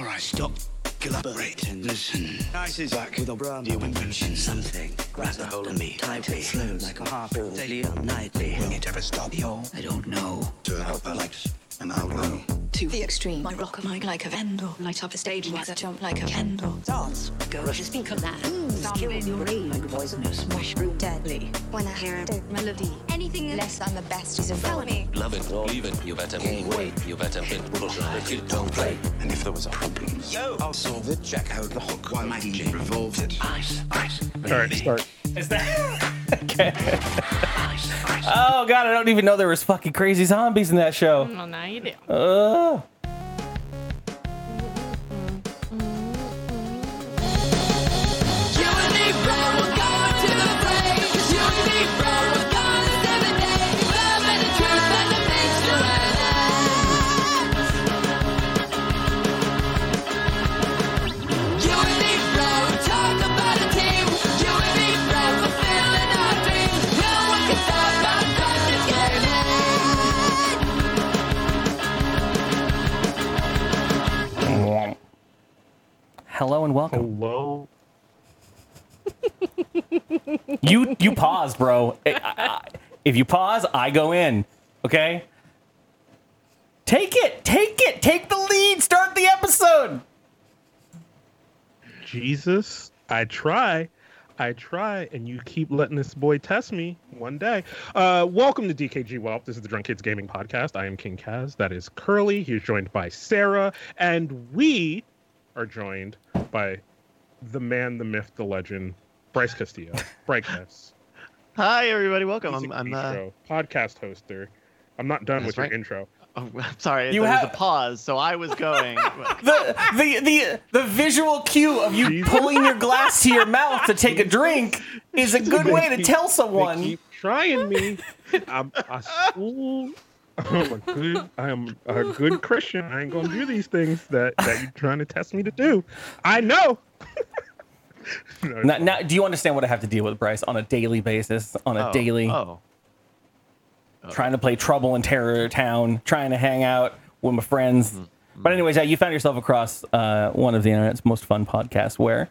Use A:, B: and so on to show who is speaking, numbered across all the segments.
A: Right, stop, collaborate, and listen. Nice is back with a brand new invention. Something grabs a hold of me tightly. Flows like a harpoon, daily or nightly. Will it ever stop? Yo, I don't know. Turn out the lights, and I'll know.
B: To the extreme, I rock a mic like a vandal. Light up a stage as I jump like a Mmm, candle. Dance, go rush a speaker that. Kill your rage, poisonous, mushroom deadly.
C: When I hear a melody, anything less than the best is a felony.
D: Love it or leave it, you better wait. You better hit bullshit if you don't play.
A: And if there was a problem, yo, I'll solve it. Jack out the hook while my DJ revolves it. Ice, ice,
E: All right, start.
F: Is that?
A: ice, ice.
E: Oh god, I don't even know there was fucking crazy zombies in that show.
G: Well, now you do.
E: Oh. Hello and welcome. Oh.
F: Hello.
E: You you pause, bro. I- I- I- if you pause, I go in. Okay. Take it, take it, take the lead. Start the episode.
F: Jesus, I try, I try, and you keep letting this boy test me one day. Uh, welcome to DKG Wealth. This is the Drunk Kids Gaming Podcast. I am King Kaz. That is Curly. He's joined by Sarah, and we are joined by the man, the myth, the legend, Bryce Castillo. Brightness.
H: Hi, everybody. Welcome.
F: He's
H: I'm,
F: a
H: I'm,
F: TV
H: uh,
F: show, podcast hoster. I'm not done with
H: That's right.
F: your intro.
H: oh, I'm sorry.
E: You
H: there
E: have-
H: was a pause, so I was going.
E: The the the the visual cue of you
F: Jesus.
E: pulling your glass to your mouth to take a drink is a good way to
F: keep-
E: tell
F: They
E: someone.
F: keep trying me. I'm a school. I'm a good. I'm a good Christian. I ain't gonna do these things that that you're trying to test me to do. I know. No,
E: Now, now, do you understand what I have to deal with, Bryce, on a daily basis, on a
H: Oh,
E: daily?
H: Oh,
E: trying to play Trouble in Terror Town, trying to hang out with my friends.
F: Mm-hmm.
E: But anyways, yeah, you found yourself across uh, one of the internet's most fun podcasts where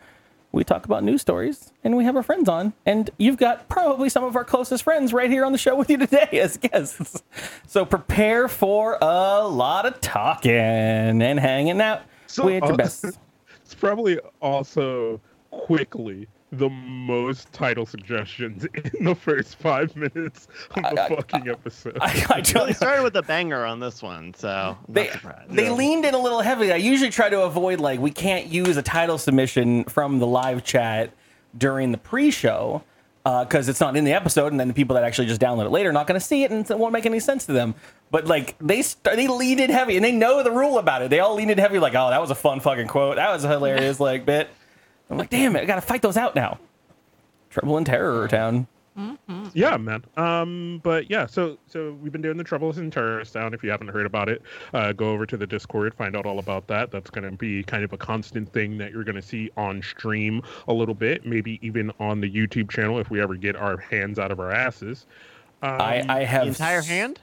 E: we talk about news stories and we have our friends on, and you've got probably some of our closest friends right here on the show with you today as guests. So prepare for a lot of talking and hanging out
F: So,
E: with your
F: uh,
E: best.
F: It's probably also quickly the most title suggestions in the first five minutes of the
E: I- I-
F: fucking episode.
E: I, I don't-
H: we started with a banger on this one, so I'm
E: they,
H: not surprised.
E: they leaned in a little heavily. I usually try to avoid like we can't use a title submission from the live chat during the pre-show because it's not in the episode, and then the people that actually just download it later are not going to see it, and it won't make any sense to them. But like they st- they leaned in heavy, and they know the rule about it. They all leaned in heavy, like, oh, that was a fun fucking quote. That was a hilarious like bit. I'm like, damn it, I got to fight those out now. Trouble in Terror Town.
F: yeah man um but yeah so so we've been doing the troubles in terrorist town if you haven't heard about it uh go over to the discord find out all about that that's going to be kind of a constant thing that you're going to see on stream a little bit maybe even on the youtube channel if we ever get our hands out of our asses
E: I I have
H: Um, the entire hand?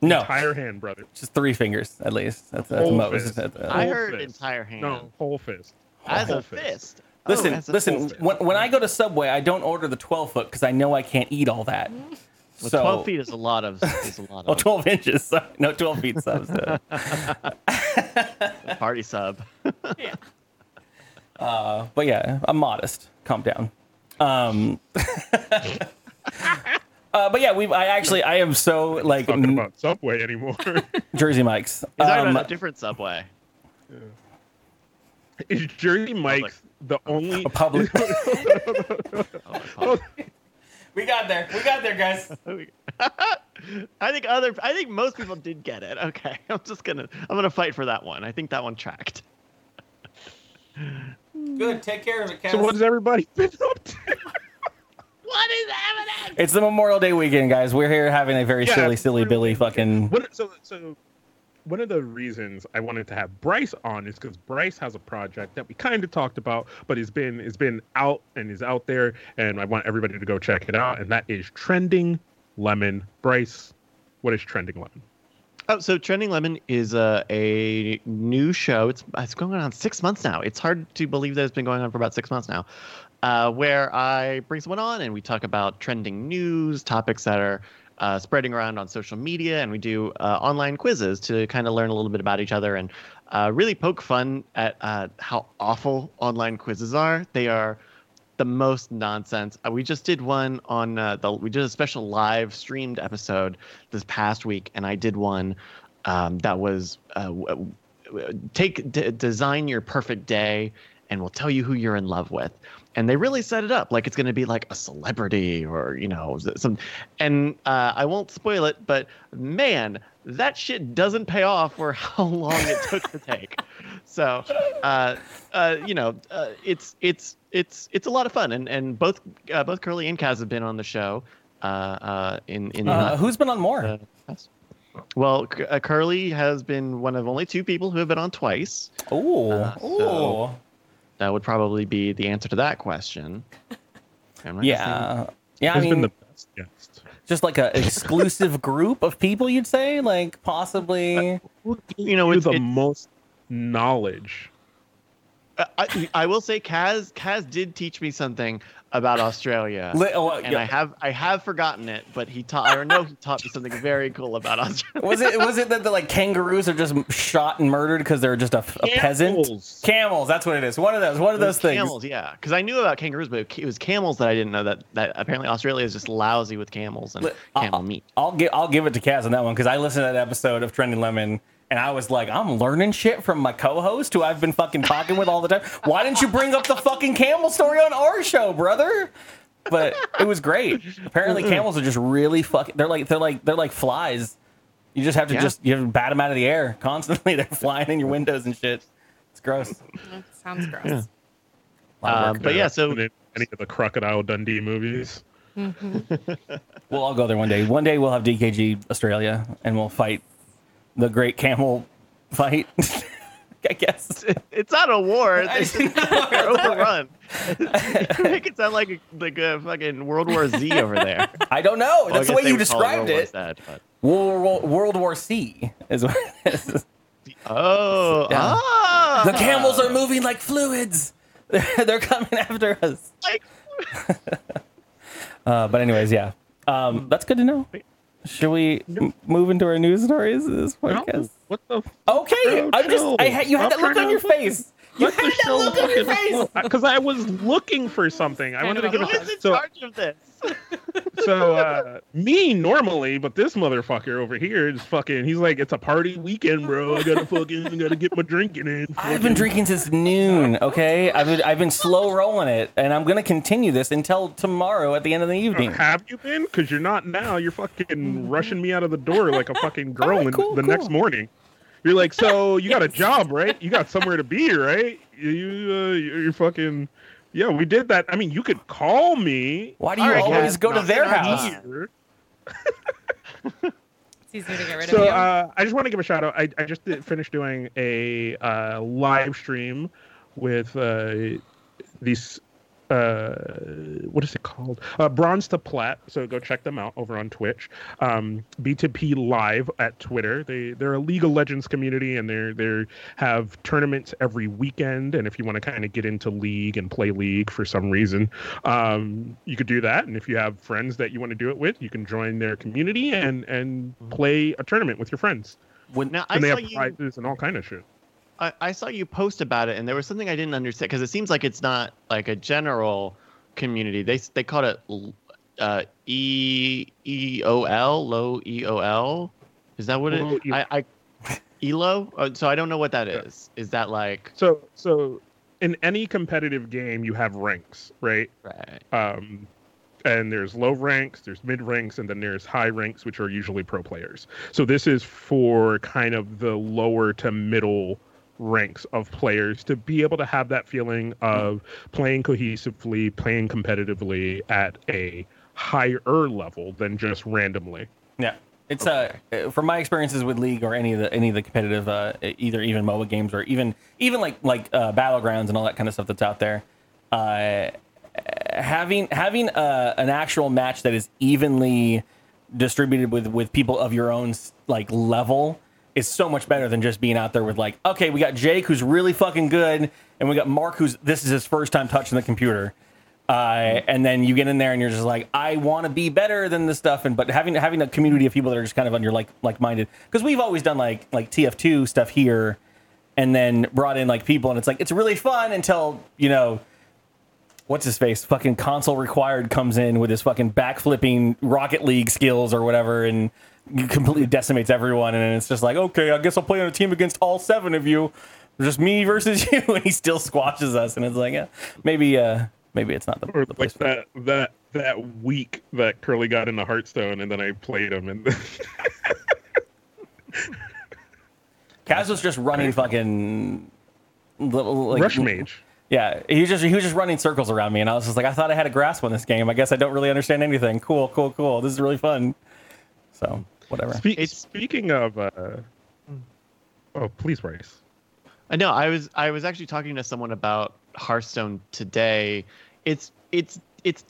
E: No,
F: higher hand brother
E: just three fingers at least. That's, that's uh, the
F: Whole
E: most.
F: fist.
E: At the-
H: I
F: Whole
H: heard
F: fist.
H: entire hand.
F: no whole fist
H: As
F: Whole
H: a fist. Oh,
E: Listen,
H: as a
E: listen.
H: fist.
E: When, when I go to Subway, I don't order the 12 foot because I know I can't eat all that.
H: Well,
E: so,
H: Twelve feet is a lot of is a lot
E: Oh,
H: of
E: 12 inches. Sorry. No, 12 feet subs. uh,
H: party sub.
G: Yeah.
E: but yeah, I'm modest. Calm down. Um, uh, but yeah, we. I actually, I am so like
F: talking
E: m-
F: about subway anymore
E: Jersey Mike's.
H: He's talking
E: Um,
H: about a different subway.
F: is jersey mike's the only
E: a public.
H: Oh, I
E: we got there. We got there, guys.
H: apologize. I think other. I think most people did get it. Okay, I'm just gonna. I'm gonna fight for that one. I think that one tracked.
E: Good. Take care of it,
F: so what has everybody been up to
H: What is happening?
E: It's the Memorial Day weekend, guys. We're here having a very
F: Yeah,
E: silly, silly
F: really
E: Billy fucking.
H: Mm-hmm.
F: What, so, so one of the reasons I wanted to have Bryce on is because Bryce has a project that we kind of talked about, but has been has been out and is out there, and I want everybody to go check it out. And that is trending lemon. Bryce, what is trending lemon?
H: Oh, so Trending Lemon is uh, a new show. It's uh, it's going on six months now. It's hard to believe that it's been going on for about six months now, uh, where I bring someone on and we talk about trending news, topics that are uh, spreading around on social media, and we do uh, online quizzes to kind of learn a little bit about each other and uh, really poke fun at uh, how awful online quizzes are. They are the most nonsense. Uh, we just did one on uh, the we did a special live streamed episode this past week, and I did one um, that was uh, w- w- take d- design your perfect day, and we'll tell you who you're in love with. And they really set it up like it's going to be like a celebrity or you know s- some. And uh, I won't spoil it, but man, that shit doesn't pay off for how long it took to take. So, uh, uh, you know, uh, it's it's it's it's a lot of fun, and and both uh, both Curly and Kaz have been on the show. Uh, uh, in in the
E: Uh, who's been on more?
H: uh, yes. Well, C- uh, Curly has been one of only two people who have been on twice.
E: Ooh.
H: uh, so-
E: Ooh.
H: That would probably be the answer to that question. Am I listening?
E: Yeah. Yeah, I
F: Who's
E: mean,
F: been the best guest?
E: just like a exclusive group of people, you'd say? Like, possibly.
H: You know,
F: Who
H: it's,
F: the
H: it,
F: most knowledge?
H: I, I- I will say Kaz Kaz did teach me something about Australia.
E: Li- oh,
H: and
E: yeah.
H: I have I have forgotten it, but he taught I know he taught me something very cool about Australia.
E: Was it was it that the like kangaroos are just shot and murdered because they're just a, a peasant?
F: Camels.
E: Camels, that's what it is. One of those, one of those things.
H: Camels, yeah, because I knew about kangaroos, but it was camels that I didn't know that that apparently Australia is just lousy with camels and
E: Li- uh,
H: camel
E: I'll-
H: meat.
E: I'll give I'll give it to Kaz on that one because I listened to that episode of Trending Lemon and I was like, I'm learning shit from my co-host who I've been fucking talking with all the time. Why didn't you bring up the fucking camel story on our show, brother? But it was great. Apparently, camels are just really fucking. They're like they're like they're like flies. You just have to
H: Yeah.
E: just you have to bat them out of the air constantly. They're flying in your windows and shit. It's gross.
G: That sounds gross.
E: uh,
H: Um, but yeah, so
F: And in any of the Crocodile Dundee movies.
E: We'll all go there one day. One day we'll have DKG Australia and we'll fight the great camel fight. I guess.
H: it's not a war.
E: I
H: It's
E: know,
H: they're overrun. you make it sound like a, like a fucking World War Z over there.
E: I don't know.
H: Well, I
E: That's the
H: guess
E: way
H: they
E: you
H: would call
E: described
H: World War
E: it.
H: Z, but-
E: World War, World War C is what it is.
H: Oh,
E: Yeah.
H: ah,
E: The camels are moving like fluids. They're, they're coming after us.
H: Like,
E: Uh, but anyways, yeah. Um, that's good to know. Should we m- move into our news stories of this podcast?
F: What the?
E: Okay,
F: Bro,
E: I'm just. I
F: chill.
E: ha- you had that
F: Stop
E: look
F: trying
E: on
F: to-
E: your face. You
F: Let the
E: had that
F: show
E: look on your
F: fucking
E: face.
F: flow. Because I was looking for something. I
G: Kind
F: wanted to
G: of
F: give
H: who
G: a-
F: a
H: is in
F: so
H: charge of this?
F: so uh, me normally, but this motherfucker over here is fucking. He's like, it's a party weekend, bro. I gotta fucking, I gotta get my drinking in.
E: I've been drinking since noon, okay? I've been, I've been slow rolling it, and I'm going to continue this until tomorrow at the end of the evening.
F: Have you been? Because you're not now. You're fucking rushing me out of the door like a fucking girl
E: Alright,
F: in-
E: cool,
F: the next
E: cool.
F: morning. You're like, so you got a job, right? You got somewhere to be, right? You, you, uh, you're fucking. Yeah, we did that. I mean, you could call me.
E: Why do you
H: Alright,
E: always
H: guys,
E: go to
H: knock
E: their
H: it on
E: house?
H: you.
F: here.
G: It's easier to get rid
F: So
G: of you.
F: uh, I just want to give a shout out. I, I just did, finished doing a uh, live stream with uh, these. Uh, what is it called? Uh, Bronze to Plat. So go check them out over on Twitch. Um, B2P Live at Twitter. They they're a League of Legends community and they're they have tournaments every weekend. And if you want to kind of get into League and play League for some reason, um, you could do that. And if you have friends that you want to do it with, you can join their community and and play a tournament with your friends.
H: Now I
F: And they
H: saw
F: have
H: you.
F: prizes and all kind of shit.
H: I, I saw you post about it, and there was something I didn't understand because it seems like it's not like a general community. They they called it l- uh, E E O L low E O L. Is that what
F: Low
H: it?
F: E-
H: I, I Elo. Uh, So I don't know what that is. Is that like
F: So so in any competitive game, you have ranks, right?
H: right?
F: um, and there's low ranks, there's mid ranks, and then there's high ranks, which are usually pro players. So this is for kind of the lower to middle ranks of players to be able to have that feeling of playing cohesively, playing competitively at a higher level than just randomly.
E: Yeah, it's uh, from my experiences with League or any of the any of the competitive, uh, either even MOBA games or even even like like uh, battlegrounds and all that kind of stuff that's out there. Uh, having having uh, an actual match that is evenly distributed with with people of your own like level is so much better than just being out there with like, okay, we got Jake who's really fucking good, and we got Mark who's this is his first time touching the computer. Uh, and then you get in there and you're just like, I want to be better than this stuff. And but having having a community of people that are just kind of on your like like minded because we've always done like like TF2 stuff here, and then brought in like people and it's like it's really fun until you know what's his face fucking console required comes in with his fucking backflipping rocket league skills or whatever and completely decimates everyone and it's just like okay i guess i'll play on a team against all seven of you just me versus you and he still squashes us and it's like yeah, maybe uh maybe it's not the,
F: Or
E: the
F: like
E: place for it.
F: that that that week that Curly got into Hearthstone, and then I played him, and
E: Kaz was just running fucking little like,
F: Rush Mage.
E: Yeah, he was just he was just running circles around me, and I was just like, I thought I had a grasp on this game. I guess I don't really understand anything. Cool, cool, cool. This is really fun. So whatever.
F: Spe-
H: It's-
F: speaking of, uh, oh please, Bryce.
H: I know. I was I was actually talking to someone about Hearthstone today. It's it's it's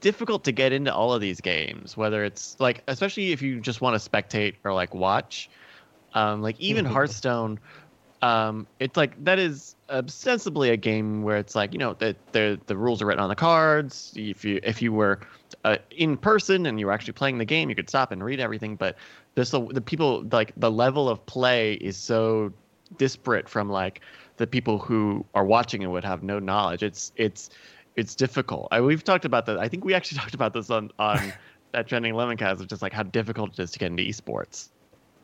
H: difficult to get into all of these games, whether it's like especially if you just want to spectate or like watch. Um, like even Hearthstone, um, it's like that is ostensibly a game where it's like you know the the the rules are written on the cards. If you if you were uh, in person and you were actually playing the game, you could stop and read everything. But this the people like the level of play is so disparate from like the people who are watching and would have no knowledge. It's it's it's difficult. I, we've talked about that. I think we actually talked about this on on that trending lemon cast of just like how difficult it is to get into esports.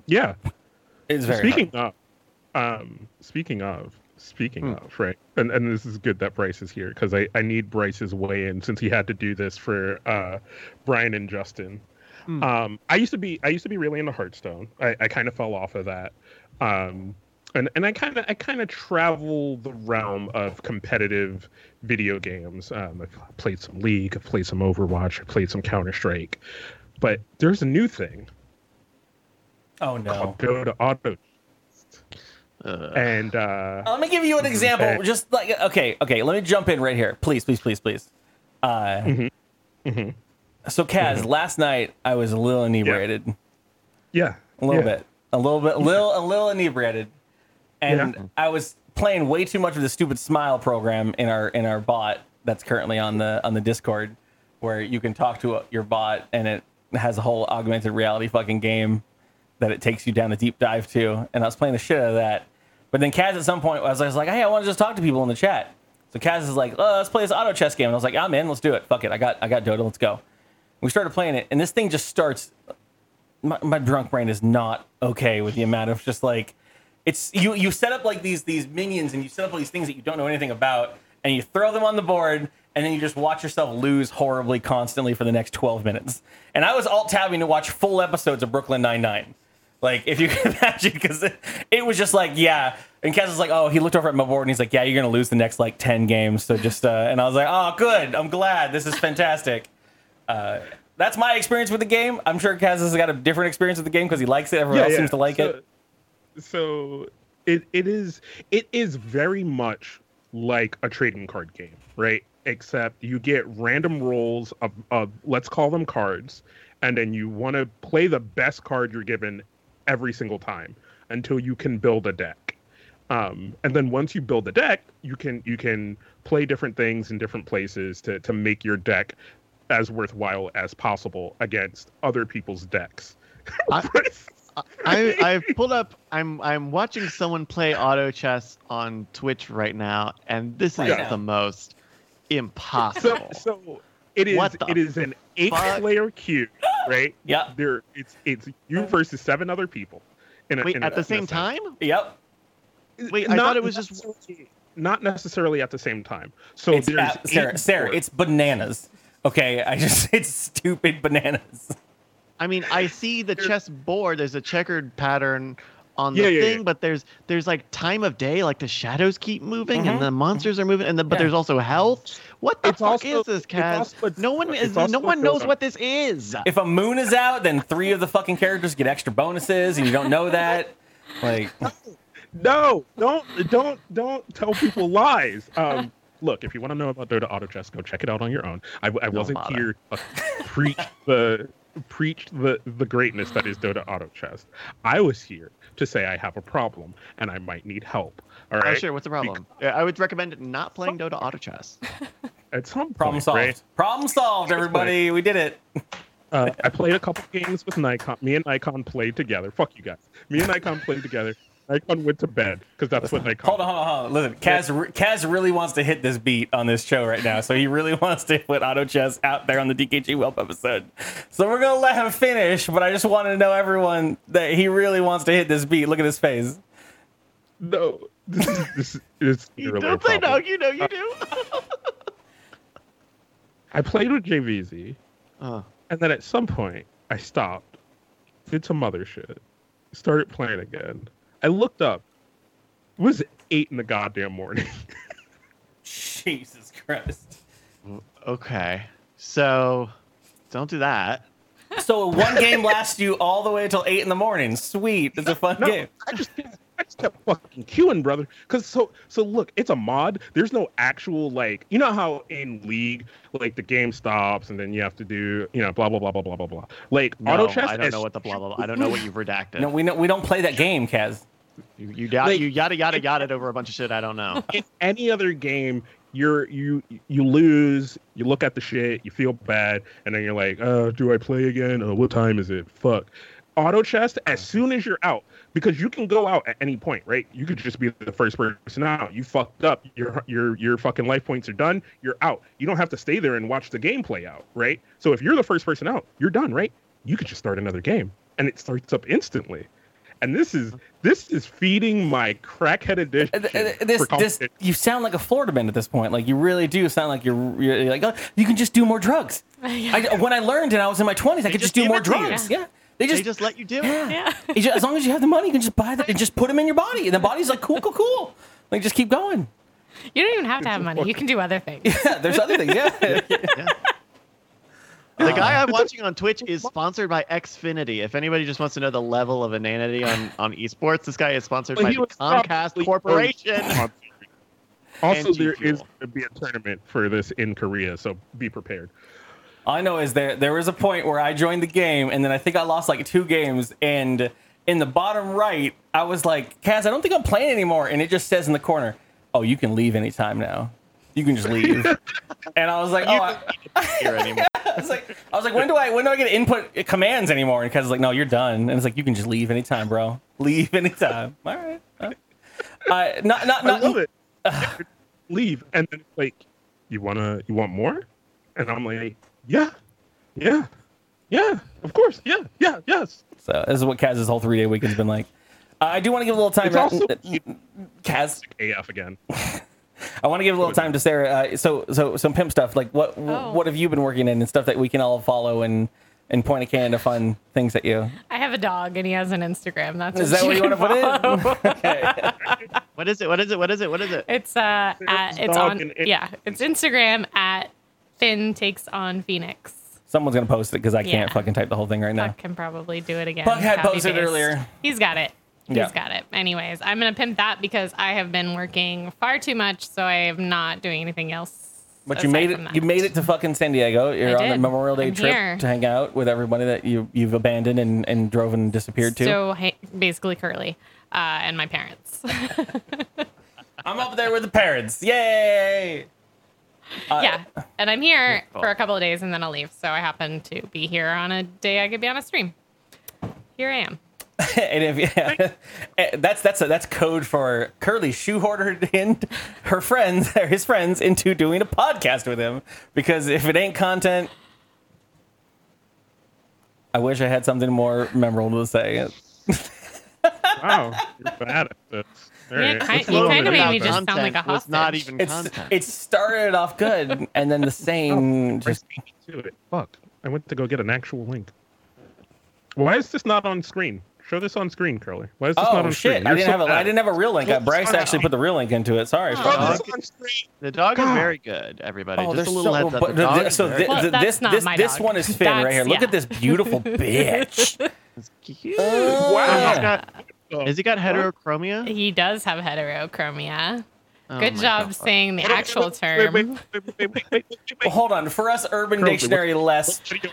F: Yeah.
E: It's very hard.
F: speaking of, um, speaking of, speaking
E: Hmm.
F: of, right? And and this is good that Bryce is here because I I need Bryce's weigh in since he had to do this for uh, Brian and Justin.
H: Hmm.
F: Um, I used to be I used to be really into Hearthstone. I, I kind of fell off of that. Um, and and I kind of I kind of travel the realm of competitive video games. Um, I've played some League, I've played some Overwatch, I've played some Counter Strike. But there's a new thing
E: Oh no.
F: called Dota Auto,
H: Uh,
F: and uh,
E: Let me give you an example.
F: Okay.
E: Just like okay, okay. Let me jump in right here, please, please, please, please. Uh,
F: Mm-hmm.
E: So Kaz, last night I was a little inebriated,
F: yeah,
E: a little
F: yeah.
E: bit, a little bit, a little, a little inebriated, and
F: Yeah.
E: I was playing way too much of the stupid Smile program in our in our bot that's currently on the on the Discord, where you can talk to your bot and it has a whole augmented reality fucking game that it takes you down a deep dive to. And I was playing the shit out of that. But then Kaz at some point I was, I was like, hey, I want to just talk to people in the chat. So Kaz is like, oh, let's play this auto chess game. And I was like, I'm in. Let's do it. Fuck it. I got I got Dota. Let's go. We started playing it, and this thing just starts. My, my drunk brain is not okay with the amount of just like it's you you set up like these these minions and you set up all these things that you don't know anything about and you throw them on the board and then you just watch yourself lose horribly constantly for the next 12 minutes and i was alt tabbing to watch full episodes of brooklyn 99 like if you can imagine because it, it was just like yeah and Kaz was like, oh, he looked over at my board and he's like, yeah, you're gonna lose the next like ten games. So just, uh, and I was like, oh, good, I'm glad, this is fantastic. Uh, that's my experience with the game. I'm sure Kaz has got a different experience with the game because he likes it. Everyone else seems to like
F: so,
E: it.
F: So it it is it is very much like a trading card game, right? Except you get random rolls of, of let's call them cards, and then you want to play the best card you're given every single time until you can build a deck. Um, and then once you build a deck, you can you can play different things in different places to to make your deck as worthwhile as possible against other people's decks.
H: I- I I've pulled up. I'm I'm watching someone play auto chess on Twitch right now, and this is
E: Right now.
H: the most
F: so,
H: impossible.
F: so it is
H: Oh. What the
F: it is an eight
H: fuck?
F: player queue, right?
E: Yeah.
F: There it's it's you versus seven other people. In a,
H: Wait,
F: in a-
H: at the
F: in
H: same
F: a sense.
H: time?
E: Yep.
H: Wait, I
F: Not
H: thought it was just.
F: necessarily- not necessarily at the same time. So
E: It's,
F: there's
E: ab- Sarah,
F: eight
E: Sarah,
F: boards.
E: it's bananas. Okay, I just, it's stupid bananas.
H: I mean, I see the chess board. There's a checkered pattern on the
F: Yeah, yeah,
H: thing,
F: yeah.
H: but there's there's like time of day, like the shadows keep moving
E: Mhm.
H: and the monsters are moving, and then but
E: Yeah.
H: there's also health. What the
F: Mm-hmm. It's
H: fuck
F: also-
H: is this,
F: it's
H: Kaz?
F: also-
H: no one
F: it's
H: is no
F: also
H: one knows
F: filled
H: what this is.
E: If a moon is out, then three of the fucking characters get extra bonuses, and you don't know that. Like,
F: No, don't don't don't tell people lies. Um, look, if you want to know about Dota Auto Chess, go check it out on your own. I, I wasn't
H: bother.
F: here to preach the preached the the greatness that is Dota Auto Chess. I was here to say I have a problem and I might need help. All
H: Oh,
F: right.
H: sure. What's the problem? Yeah, I would recommend not playing Dota Auto Chess.
F: At some
E: Problem
F: point,
E: solved.
F: right,
E: Problem solved, everybody. We did it.
F: Uh, I played a couple games with Nikon. Me and Nikon played together. Fuck you guys. Me and Nikon played together. Nikon went to bed because that's what Nikon.
E: Hold on, hold on, hold on. Listen, Kaz, re- Kaz really wants to hit this beat on this show right now. So he really wants to put Auto Chess out there on the DKG Whelp episode. So we're going to let him finish, but I just wanted to know everyone that he really wants to hit this beat. Look at his face.
F: No, this is this is- it's
H: You
F: really
H: don't say no. You know you do.
F: I played with JVZ,
H: oh,
F: and then at some point I stopped, did some other shit, started playing again. I looked up. It was eight in the goddamn morning.
E: Jesus Christ.
H: okay. So, don't do that.
E: So one game lasts you all the way till 8 in the morning. Sweet. It's a fun
F: No,
E: game.
F: I just I just kept fucking queuing, brother. Cause so so look, it's a mod. There's no actual like you know how in League like the game stops and then you have to do you know blah blah blah blah blah blah blah. Like
H: No,
F: auto chess.
H: I don't
F: is-
H: know what the blah blah. blah. I don't know what you've redacted.
E: No, we, no, we don't play that game, Kaz.
H: you, you, yada,
F: Like-
H: you yada yada yada it over a bunch of shit. I don't know.
F: in any other game you're you you lose you look at the shit you feel bad and then you're like uh do i play again uh, what time is it fuck auto chest as soon as you're out because you can go out at any point right you could just be the first person out you fucked up your your your fucking life points are done you're out you don't have to stay there and watch the game play out right so if you're the first person out you're done right you could just start another game and it starts up instantly and this is this is feeding my crackhead addiction
E: Uh, th-
F: for
E: uh, This, this,
F: competition.
E: you sound like a Florida man at this point. Like you really do sound like you're, you're like oh, you can just do more drugs. I, when I learned and I was in my twenties, I could just,
H: just
E: do
H: give
E: more
H: it to you.
E: drugs. Yeah. they
H: They
E: just,
H: just let you do it.
E: yeah.
G: Yeah.
E: You ju- as long as you have the money, you can just buy them and just put them in your body, and the body's like cool, cool, cool. Like just keep going.
G: You don't even have to have money. You can do other things.
E: Yeah, there's other things. Yeah.
H: Yeah. The guy
E: Uh,
H: I'm watching on Twitch is sponsored by Xfinity. If anybody just wants to know the level of inanity on, on esports, this guy is sponsored
F: Well,
H: by
F: he
H: the
F: was
H: Comcast
F: probably-
H: Corporation.
F: Also,
H: And
F: there
H: G
F: is
H: Fuel.
F: going to be a tournament for this in Korea, so be prepared.
E: All I know is there there was a point where I joined the game, and then I think I lost like two games, and in the bottom right, I was like, Kaz, I don't think I'm playing anymore, and it just says in the corner, Oh, you can leave anytime now. You can just leave. and I was like, Oh, I,
H: Here anymore.
E: I was like, I was like, when do I when do I get to input uh, commands anymore? And Kaz is like, No, you're done. And it's like, you can just leave anytime, bro. Leave anytime. All right. Uh, I- not not
F: I
E: not
F: love it. Leave, and then it's like, you wanna, you want more? And I'm like, yeah, yeah, yeah, of course, yeah, yeah, yes.
E: So this is what Kaz's whole three day weekend's been like. Uh, I do want to give a little time.
F: It's also-
E: Kaz,
F: AF again.
E: I want to give a little time to Sarah. Uh, so, so some pimp stuff. Like, what
G: Oh.
E: what have you been working in and stuff that we can all follow and and point a can to fun things at you?
G: I have a dog and he has an Instagram. That's
E: Is that what you want to put
G: follow.
E: in? okay.
H: What is it? What is it? What is it? What is it?
G: It's uh at, it's
F: dog
G: on
F: and it-
G: yeah, it's Instagram at Finn takes on Phoenix.
E: Someone's gonna post it because I can't
G: Yeah.
E: fucking type the whole thing right now.
G: Buck can probably do it again.
E: Buck had
G: Copy
E: posted
G: paste.
E: earlier.
G: He's got it. He's
E: Yeah.
G: got it. Anyways, I'm gonna pimp that because I have been working far too much, so I am not doing anything else.
E: But you
G: aside
E: made
G: from
E: it.
G: that.
E: You made it to fucking San Diego. You're on
G: I
E: a
G: did.
E: Memorial Day
G: I'm
E: trip
G: here.
E: to hang out with everybody that you you've abandoned and and drove and disappeared to.
G: So hey, basically, Curly uh, and my parents.
E: I'm up there with the parents. Yay! Uh,
G: yeah, and I'm here
H: Cool.
G: for a couple of days and then I'll leave. So I happen to be here on a day I could be on a stream. Here I am.
E: and if yeah, eh, that's that's that's code for Curly shoehorned in her friends or his friends into doing a podcast with him because if it ain't content, I wish I had something more memorable to say.
F: Wow, you're bad at this. All
G: Yeah,
F: right,
G: kind-
F: let's
G: you
F: move on
H: Loaded
G: kinda
F: to
G: made me
F: that.
G: just sound like
H: content
G: a
H: was not
G: hostage.
H: even
E: It's
H: content.
E: it started off good and then the same just
F: Do it. Fuck, I went to go get an actual link. Why is this not on screen? Show this on screen, Curly. Why is this not
E: oh
F: on
E: shit!
F: screen?
E: I
F: You're
E: didn't
F: so
E: have a I
F: bad.
E: didn't have a real link. Uh, Bryce actually put the real link into it. Sorry. For
F: Show
E: that.
F: this on screen.
H: The dog is
F: God.
H: very good, everybody.
E: Oh,
H: just
E: there's
H: a
E: so,
H: little heads up.
E: but
H: the dog
E: th-
H: is
E: so
H: very
E: thi-
G: Well,
E: th-
G: that's
E: this
G: not
E: this
G: my
E: this
G: dog.
E: one is Finn right
G: That's-
E: here. Look
G: yeah.
E: at this beautiful bitch.
H: cute.
E: Wow.
H: He's got-
F: Oh,
H: has he got heterochromia?
G: He does have heterochromia.
H: Oh
G: Good
H: my
G: job
H: God.
G: saying the actual term.
F: Wait, wait, wait, wait, wait, wait, wait, wait, wait,
E: Well, hold on. For us Urban
F: Curly,
E: Dictionary less,
F: wait.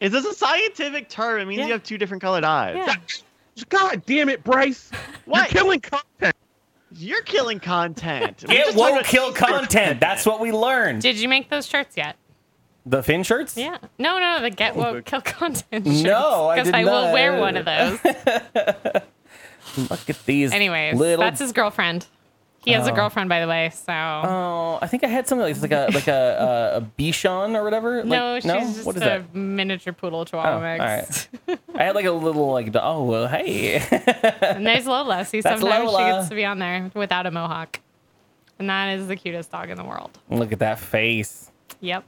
H: Is this a scientific term? It means
G: Yeah.
H: you have two different colored eyes.
G: Yeah.
F: God damn it, Bryce!
H: What?
F: You're killing content.
H: You're killing content. We
E: It
H: just talked
E: won't
H: about-
E: kill content. That's what we learned.
G: Did you make those shirts yet?
E: The fin shirts?
G: Yeah. No, no, the
H: Oh,
G: get woke kill content. Shirts,
E: No, I
G: because
E: did
G: I will
E: not.
G: wear one of those.
E: Look at these.
G: Anyways,
E: little.
G: that's his girlfriend. He has a
E: Oh.
G: girlfrind, by the way. So
E: oh, I think I had something like it's like a like a, a, a Bichon or whatever.
G: no,
E: like,
G: she's just
E: what is
G: a
E: that? Oh,
G: miniature poodle
E: all
G: chihuahua mix.
E: right. I had like a little like oh well hey.
G: and there's Lola. See,
E: That's
G: sometimes she
E: Lola.
G: gets to be on there without a mohawk, and that is the cutest dog in the world.
E: Look at that face.
G: Yep.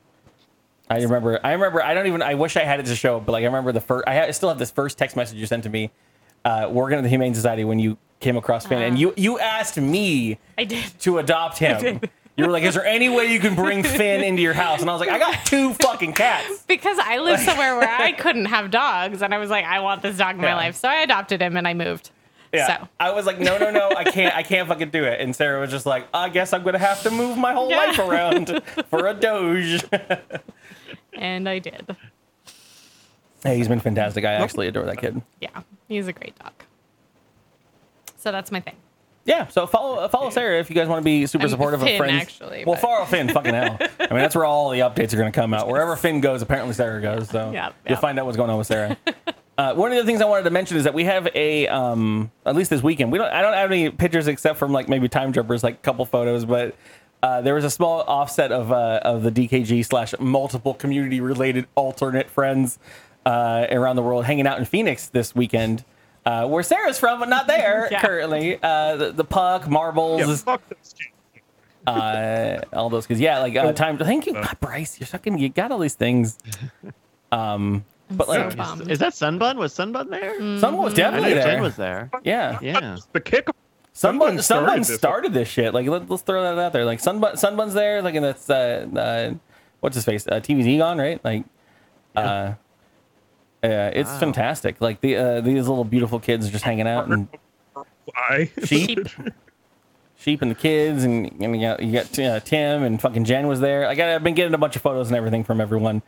E: I remember. I remember. I don't even. I wish I had it to show, but like I remember the first. I, ha- I still have this first text message you sent to me, uh, working at the Humane Society when you came across
G: Uh-huh.
E: Finn, and you you asked me
G: I did.
E: to adopt him. You were like, "Is there any way you can bring Finn into your house?" And I was like, "I got two fucking cats."
G: Because I live somewhere where I couldn't have dogs, and I was like, I want this dog in my
E: Yeah.
G: life, so I adopted him and I moved.
E: Yeah.
G: So
E: I was like, "No, no, no, I can't. I can't fucking do it." And Sarah was just like, "I guess I'm gonna have to move my whole
G: Yeah.
E: life around for a Doge."
G: and I did.
E: hey, he's been fantastic. I actually adore that kid.
G: Yeah, he's a great dog. So that's my thing.
E: Yeah, so follow uh, follow Sarah if you guys want to be super
G: I mean,
E: supportive
G: Finn,
E: of friends.
G: actually,
E: well,
G: but-
E: follow Finn, fucking hell. I mean, that's where all the updates are going to come out. Wherever Finn goes, apparently Sarah goes. So
G: Yeah, yeah.
E: you'll find out what's going on with Sarah. uh, one of the things I wanted to mention is that we have a um, at least this weekend. We don't. I don't have any pictures except from like maybe time jumpers, like couple photos, but. Uh, there was a small offset of uh, of the DKG slash multiple community related alternate friends uh, around the world hanging out in Phoenix this weekend, uh, where Sarah's from, but not there
G: Yeah.
E: currently. Uh, the, the puck, marbles,
F: Yeah, fuck those kids.
E: uh, all those because yeah,
F: Oh.
E: like uh, time. Thank you, God, Bryce. You're fucking. You got all these things. Um, but
G: so
E: like
G: bummed.
H: Is, is that Sunbun? Was Sunbun there?
E: someone was
H: I know
E: Mm, definitely
H: Jen
E: there.
H: was there.
E: yeah,
H: Yeah.
F: The kick.
E: Sunbun.
F: Sunbun started
E: Sunbun
F: this.
E: started this shit. Like let, let's throw that out there. Like Sunbun. Sunbun's there. Like and that's uh, uh what's his face? Uh, TV's Egon, right? Like, uh. Uh, it's
H: Wow.
E: fantastic. Like the uh, these little beautiful kids just hanging out and
F: I.
E: sheep, sheep and the kids, and, and you got, you got uh, Tim and fucking Jen was there. I got I've been getting a bunch of photos and everything from everyone,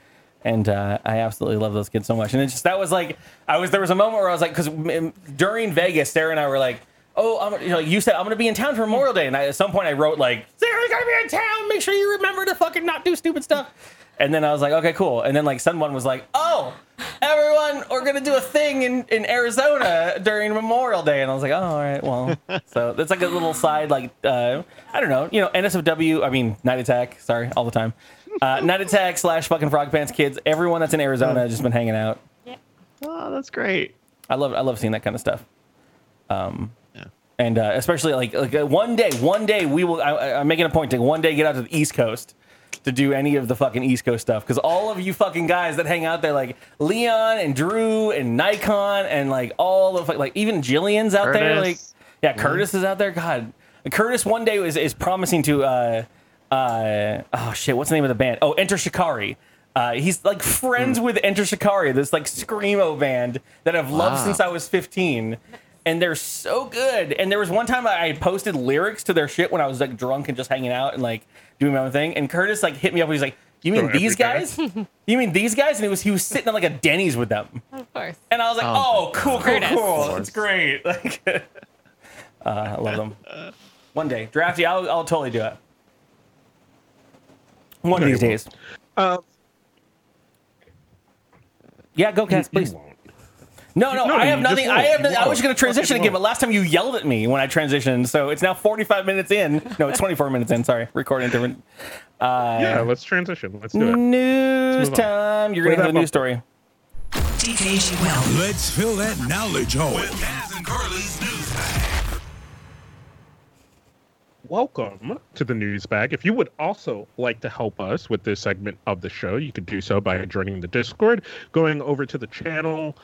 E: and uh, I absolutely love those kids so much. And it's just that was like I was there was a moment where I was like because during Vegas, Sarah and I were like. Oh, I'm, you know, you said I'm gonna be in town for Memorial Day, and I, at some point I wrote like, "Sarah's gonna be in town. Make sure you remember to fucking not do stupid stuff." And then I was like, "Okay, cool." And then like someone was like, "Oh, everyone, we're gonna do a thing in, in Arizona during Memorial Day," and I was like, "Oh, all right, well." So that's like a little side, like uh, I don't know, you know, NSFW. I mean, Night Attack. Sorry, all the time. Uh, Night Attack slash fucking Frog Pants kids. Everyone that's in Arizona has just been hanging out.
H: Oh, that's great.
E: I love I love seeing that kind of stuff.
H: Yeah.
E: and uh, especially like like uh, one day, one day we will. I- I, I'm making a point to one day get out to the East Coast to do any of the fucking East Coast stuff because all of you fucking guys that hang out there, like Leon and Drew and Nikon and like all the fuck, like even Jillian's out there, like
H: Curtis.
E: yeah, Curtis is out there. God, Curtis one day is is promising to uh uh oh shit, what's the name of the band? Oh, Enter Shikari. Uh, he's like
F: Hmm.
E: friends with Enter Shikari, this like screamo band that I've loved
F: Ah.
H: Wow.
E: since I was 15, and they're so good. And there was one time I I posted lyrics to their shit when I was like drunk and just hanging out and like doing my own thing. And Curtis like hit me up. He's like, "You mean
F: So
E: these
F: every guy.
E: guys? you mean these guys?" And it was he was sitting at like a Denny's with them.
G: Of course.
E: And I was like,
H: Oh,
E: oh, cool, cool,
G: Curtis.
E: cool. It's great. Like, uh, I love them. One day, drafty, I'll, I'll totally do it. One of
F: No,
E: these
F: you
E: days.
F: Uh,
E: Yeah, go cast,
F: you
E: please.
F: won't.
E: No, no,
F: No, no,
E: I have
F: you just
E: nothing.
F: won't.
E: I have
F: You
E: nothing. I was
F: won't.
E: going to transition
F: Fucking
E: again, but
F: won't.
E: last time you yelled at me when I transitioned, so it's now 45 minutes in. No, it's 24 minutes in. Sorry, recording different.
F: yeah, let's transition. Let's
E: mm,
F: do it.
E: News
F: move on.
E: time. You're going
F: Play
E: to
F: that
E: have a news
F: bumper.
E: story.
A: DKG Well.
I: Let's fill that knowledge hole.
F: Welcome to the news bag. If you would also like to help us with this segment of the show, you could do so by joining the Discord, going over to the channel,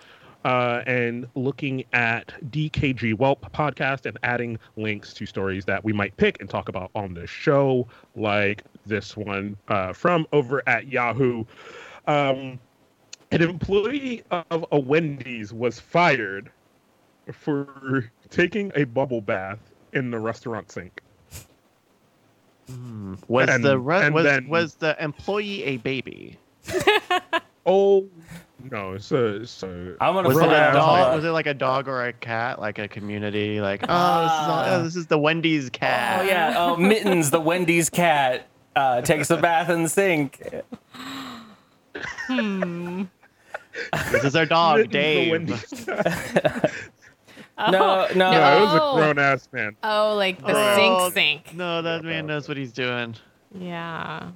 F: uh, and looking at DKG Whelp podcast and adding links to stories that we might pick and talk about on the show, like this one uh, from over at Yahoo. Um, an employee of a Wendy's was fired for taking a bubble bath in the restaurant sink.
H: Was
F: And-
H: the re-
F: and
H: was
F: then-
H: was the employee a baby?
F: Oh no, so so
E: I'm gonna
H: Was it,
E: throw
H: a
E: that out.
H: dog,
E: there.
H: was it like a dog or a cat? Like a community? Like, oh, this is, all, oh, this is the Wendy's
E: Ah.
H: cat.
E: Oh yeah, oh Mittens, the Wendy's cat, uh, takes a bath in the sink.
H: This is our
F: Mittens
H: dog,
F: the
H: Dave.
F: Wendy's.
E: No, no,
F: That was
G: Oh.
F: a grown ass man.
G: Oh, like the
H: Oh,
G: sink sink.
H: No, that man knows what he's doing.
G: Yeah.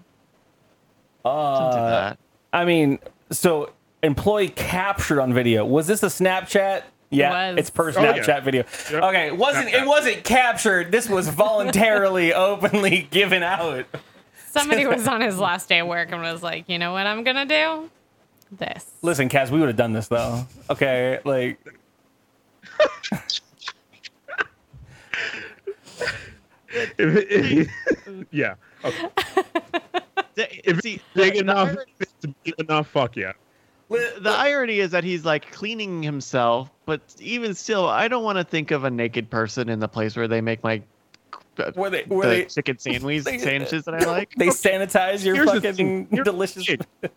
H: Don't do
E: Uh,
H: that.
E: I mean, so employee captured on video. Was this a Snapchat? Yeah,
G: was.
E: it's per
F: Oh, yeah.
E: Snapchat video.
F: Yep.
E: Okay, it wasn't it
F: Snapchat.
E: wasn't captured. This was voluntarily, openly given out.
G: Somebody was on his last day of work and was like, you know what I'm gonna do? This.
E: Listen, Kaz, we would have done this though. Okay, like.
F: If- if- yeah. Okay. If
H: See,
F: it's big
H: the- the
F: enough,
H: irony-
F: if it's big enough. Fuck yeah.
H: the irony is that he's like cleaning himself, but even still, I don't want to think of a naked person in the place where they make my uh,
E: Where they- where
H: the
E: they-
H: chicken sandwiches
E: they-
H: sandwiches that I like.
E: They sanitize your
F: Here's the
E: fucking
F: thing. Here's the
E: delicious.
F: thing.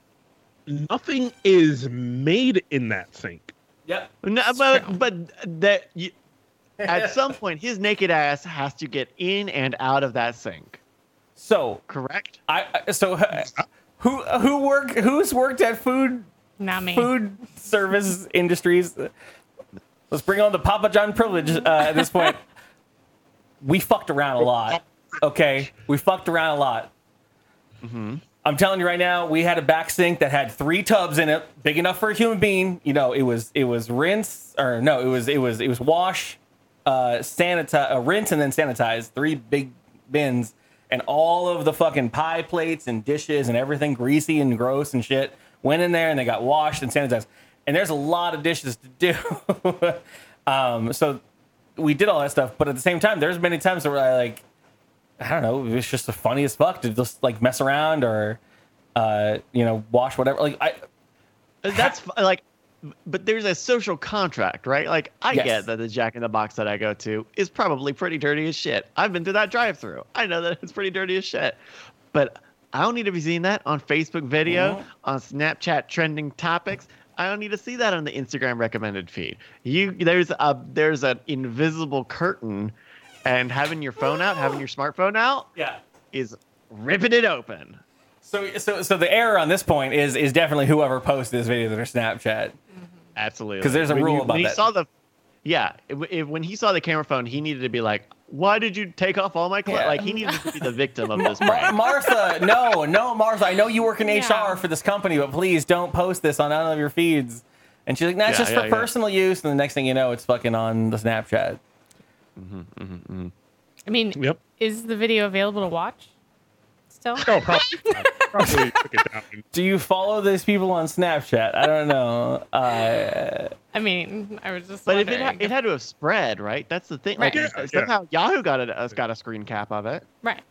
F: Nothing is made in that sink.
E: Yep.
H: No, but but that you, at some point his naked ass has to get in and out of that sink.
E: So
H: Correct?
E: I I- so uh, who who work who's worked at food
G: Not me.
E: food service industries. Let's bring on the Papa John privilege uh, at this point. we fucked around a lot. Okay, we fucked around a lot. I'm telling you right now, we had a back sink that had three tubs in it, big enough for a human being. You know, it was it was rinse or no, it was it was it was wash, uh, sanitize, uh, rinse and then sanitize. Three big bins, and all of the fucking pie plates and dishes and everything greasy and gross and shit went in there and they got washed and sanitized. And there's a lot of dishes to do. um, so we did all that stuff, but at the same time, there's many times where I like I don't know. It was just the funniest fuck to just like mess around or, uh, you know, wash whatever. Like I,
H: That's f- like but there's a social contract, right? Like I
E: Yes.
H: get that the Jack in the Box that I go to is probably pretty dirty as shit. I've been through that drive-through. I know that it's pretty dirty as shit. But I don't need to be seeing that on Facebook video,
E: Uh-huh.
H: on Snapchat trending topics. I don't need to see that on the Instagram recommended feed. You there's a there's an invisible curtain and having your phone out, having your smartphone out
E: yeah.
H: is ripping it open.
E: So so so the error on this point is is definitely whoever posted this video to their Snapchat
H: Absolutely.
E: because there's a
H: when
E: rule
H: you-
E: about
H: when
E: that.
H: He saw the, yeah, if, if, when he saw the camera phone, he needed to be like, "Why did you take off all my clothes?"
E: Yeah.
H: Like he needed to be the victim of this
E: Mar-
H: prank.
E: Martha, no, no, Martha. I know you work in
G: Yeah.
E: HR for this company, but please don't post this on none of your feeds. And she's like, "That's
H: Yeah,
E: just
H: yeah,
E: for
H: yeah.
E: personal use." And the next thing you know, it's fucking on the Snapchat.
G: I mean,
F: Yep.
G: is the video available to watch? Still?
F: Oh, probably. probably took it down.
E: Do you follow these people on Snapchat? I don't know. Uh,
G: I mean, I was just
H: But
G: wondering.
H: if it, ha- it had to have spread, right? That's the thing. Like
G: Right.
H: it's-
F: Yeah, yeah.
H: somehow Yahoo got a uh, got a screen cap of it.
G: right.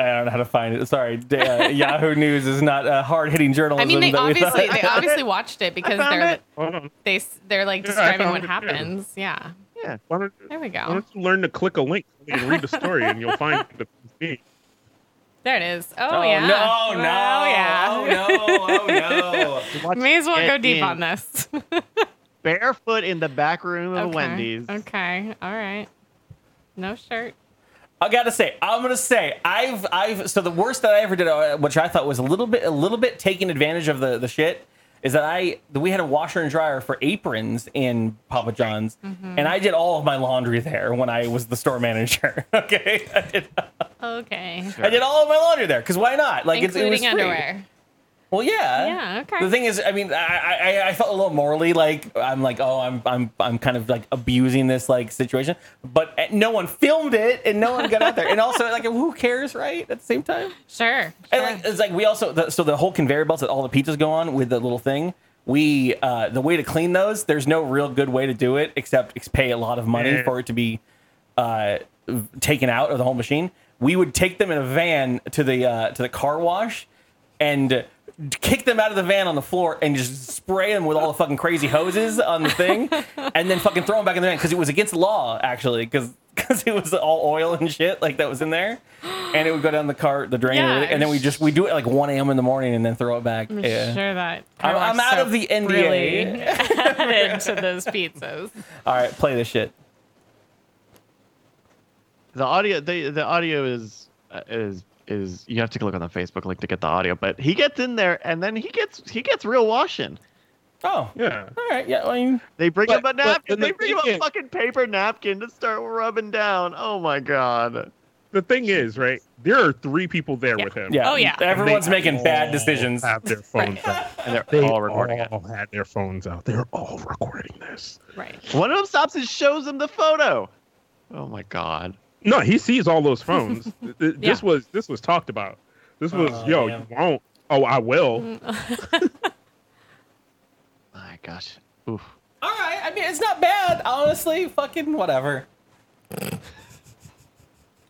E: I don't know how to find it. Sorry, d- uh, Yahoo News is not uh, hard-hitting
G: I
E: journalism.
G: mean, they
E: that we thought.
G: obviously they obviously watched it because
H: found
G: they're
H: it.
F: Hold on.
G: they s- they're like
F: Yeah, I
G: describing
F: found
G: what
F: it too.
G: happens. Yeah.
H: Yeah.
F: Why don't,
G: There we
F: why
G: go.
F: don't you learn to click a link and read the story, and you'll find the me.
G: There it is. Oh,
E: Oh,
G: yeah.
E: no! No!
G: Oh yeah.
E: Oh no! Oh no!
H: Watch
G: May as well
H: it
G: go deep
H: in
G: on this.
H: Barefoot in the back room of
G: Okay.
H: Wendy's.
G: Okay. All right. No shirt.
E: I gotta say, I'm gonna say, I've, I've. So the worst that I ever did, uh, which I thought was a little bit, a little bit taking advantage of the the shit, is that I we had a washer and dryer for aprons in Papa John's,
G: Mm-hmm.
E: and I did all of my laundry there when I was the store manager. okay, I did,
G: Okay.
E: I did all of my laundry there because why not? Like it's, it was
G: Including
E: free.
G: underwear.
E: Well, yeah.
G: Yeah, okay.
E: The thing is, I mean, I, I I felt a little morally like I'm like, oh, I'm I'm I'm kind of like abusing this like situation, but eh, no one filmed it and no one got out there, and also like who cares, right? At the same time,
G: Sure.
E: and
G: sure.
E: like it's like we also the, so the whole conveyor belts that all the pizzas go on with the little thing. We uh, the way to clean those, there's no real good way to do it except ex- pay a lot of money
F: Yeah.
E: for it to be uh, v- taken out of the whole machine. We would take them in a van to the uh, to the car wash and kick them out of the van on the floor and just spray them with all the fucking crazy hoses on the thing, and then fucking throw them back in the van because it was against law actually because because it was all oil and shit like that was in there. and it would go down the cart, the drain,
G: Yeah,
E: and everything, and then
G: I'm
E: we just we do it like 1 a.m. in the morning and then throw it back.
G: I'm
E: yeah.
G: Mm, sure that.
E: I'm-
G: car
E: I'm
G: wash
E: out
G: soap
E: of the NBA.
G: Really added to those pizzas.
E: All right, play this shit.
H: the audio they, the audio is uh, is is you have to look on the facebook link to get the audio but he gets in there and then he gets he gets real washing
E: Oh,
F: Yeah.
E: all right, yeah. I mean,
H: they bring
F: But-
H: him a
F: but
H: napkin
F: the
H: they bring him
F: thing
H: a
F: is-
H: fucking paper napkin to start rubbing down oh my god
F: The thing is, right? There are three people there
G: Yeah.
F: with him.
E: yeah.
G: Oh, yeah.
E: Everyone's
F: They
E: making bad
F: all
E: decisions.
F: Have their phones out.
H: and they're
F: They
H: all recording
F: all had their phones out. They're all recording this.
G: Right.
H: it one of them stops and shows him the photo oh my god
F: No, he sees all those phones. Th- th- This
G: Yeah.
F: was this was talked about. This was
E: Oh,
F: yo,
E: damn.
F: you won't. Oh, I
G: Mm.
F: will.
H: my gosh Oof.
E: All right, I mean, it's not bad, honestly. Fucking whatever.
F: I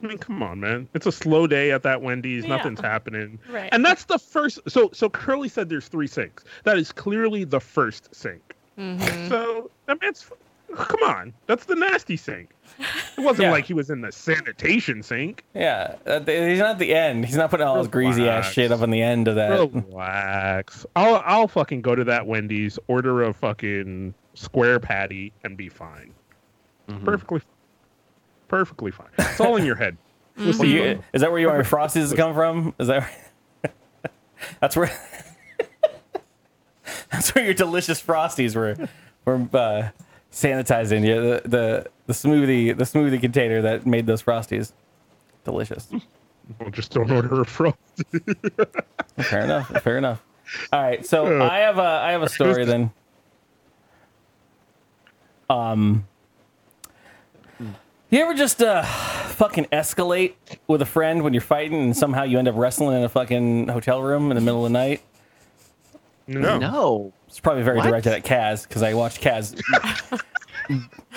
F: mean, come on, man. It's a slow day at that Wendy's.
G: Yeah.
F: Nothing's happening.
G: Right.
F: And that's the first. So so Curly said there's three sinks. That is clearly the first sink.
G: Mm-hmm.
F: So that man's. Come on, that's the nasty sink. It wasn't
E: Yeah.
F: like he was in the sanitation sink.
E: Yeah, uh, th- he's not at the end. He's not putting all his greasy ass
F: Relax.
E: shit up on the end of that.
F: Relax. I'll I'll fucking go to that Wendy's, order a fucking square patty, and be fine. Perfectly, perfectly fine. It's all in your head.
E: So you- uh, is that where your frosties come from? Is that that's where that's where your delicious frosties were were uh, sanitizing you the, the the smoothie the smoothie container that made those frosties delicious.
F: Well, just don't order a fro.
E: Fair enough. Fair enough. All right, so
F: Yeah.
E: I have a I have a story then. Um, you ever just uh, fucking escalate with a friend when you're fighting, and somehow you end up wrestling in a fucking hotel room in the middle of the night?
F: No.
H: no
E: It's probably very
H: What?
E: directed at Kaz because I watched Kaz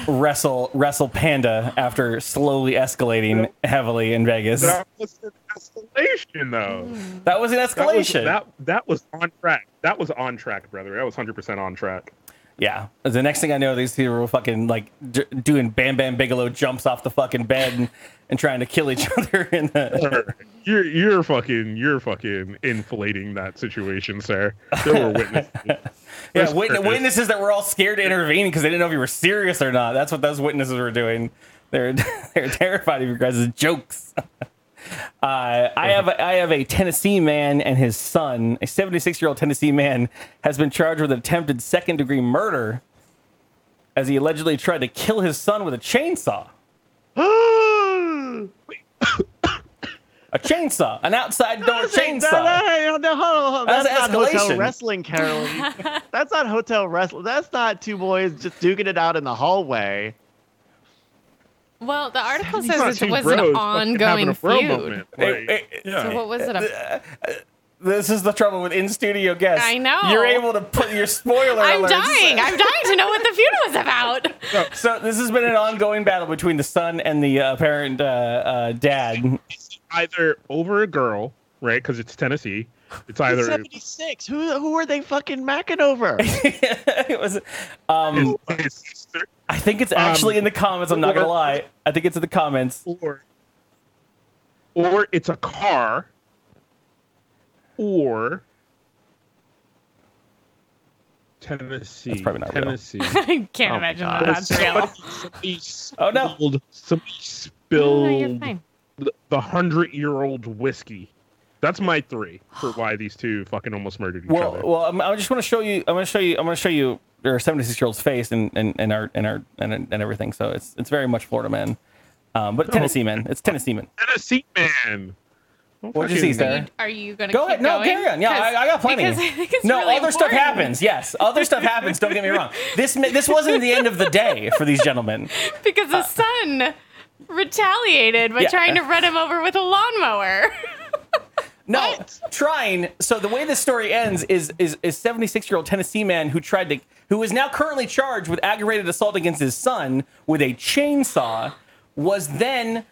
E: wrestle wrestle Panda after slowly escalating heavily in Vegas.
F: That was an escalation, though.
E: That was an
F: That was,
E: escalation.
F: that, that was on track. That was on track, brother. That was 100% on track.
E: Yeah. The next thing I know, these people were fucking like d- doing Bam Bam Bigelow jumps off the fucking bed and, and trying to kill each other. In the
F: Sir, you're, you're fucking you're fucking inflating that situation, sir. There were witnesses.
E: yeah,
F: That's
E: wit-
F: Curtis.
E: witnesses that were all scared to intervene because they didn't know if you were serious or not. That's what those witnesses were doing. They're they're terrified of your guys' jokes. Uh, I have a, I have a Tennessee man and his son, a 76 year old Tennessee man, has been charged with attempted second degree murder as he allegedly tried to kill his son with a chainsaw. A chainsaw, an outside door chainsaw.
H: No, no, no, hold on, hold on.
E: That's
H: That's,
E: an
H: not hotel
E: escalation.
H: wrestling, Carolyn. That's not hotel wrestling. That's not two boys just duking it out in the hallway.
G: Well, the article
F: It's not
G: says
F: two
G: it was
F: bros
G: an
F: fucking having
G: ongoing
F: a bro
G: feud.
F: moment, like,
E: It- it-
F: yeah.
G: So what was it? A,
E: This is the trouble with in studio guests.
G: I know.
E: You're able to put your spoiler
G: I'm
E: alerts.
G: dying. I'm dying to know what the feud was about.
E: So this has been an ongoing battle between the son and the uh, apparent uh, uh, dad.
F: either over a girl, right? Because it's Tennessee. It's
H: He's
F: either
H: 76. Who who are they fucking macking over?
E: it was.
F: his,
E: Um,
F: his sister
E: I think it's actually
F: Um,
E: in the comments. I'm not gonna lie. I think it's in the comments.
F: or or it's a car or Tennessee.
E: That's probably not real.
F: Tennessee.
G: I can't
H: Oh my
G: imagine
H: God.
G: that that's real.
F: Somebody- somebody
E: Oh, no.
F: spilled- Somebody
G: No, no, you're
F: spilled
G: fine.
F: the- the hundred year old whiskey. That's my three for why these two fucking almost murdered each
E: Well,
F: other.
E: well, I'm, I just want to show you. I'm gonna show you. I'm gonna show you our 76 year old's face and and and our and our and, and everything. So it's it's very much Florida man, um, but Tennessee man. It's Tennessee man.
F: Tennessee man. Don't
E: What'd you
F: fucking-
E: see, Sarah?
G: Are you gonna
E: Go
G: keep
E: ahead. No,
G: going?
E: carry on. Yeah, I, I got plenty.
G: Because I think it's
E: no,
G: really
E: other stuff
G: important.
E: happens. Yes, other stuff happens. Don't get me wrong. This ma- this wasn't the end of the day for these gentlemen.
G: Because the son retaliated by
E: Uh, Yeah.
G: trying to run him over with a lawnmower.
E: No, trying. So the way this story ends is is is 76 year old Tennessee man who tried to who is now currently charged with aggravated assault against his son with a chainsaw was then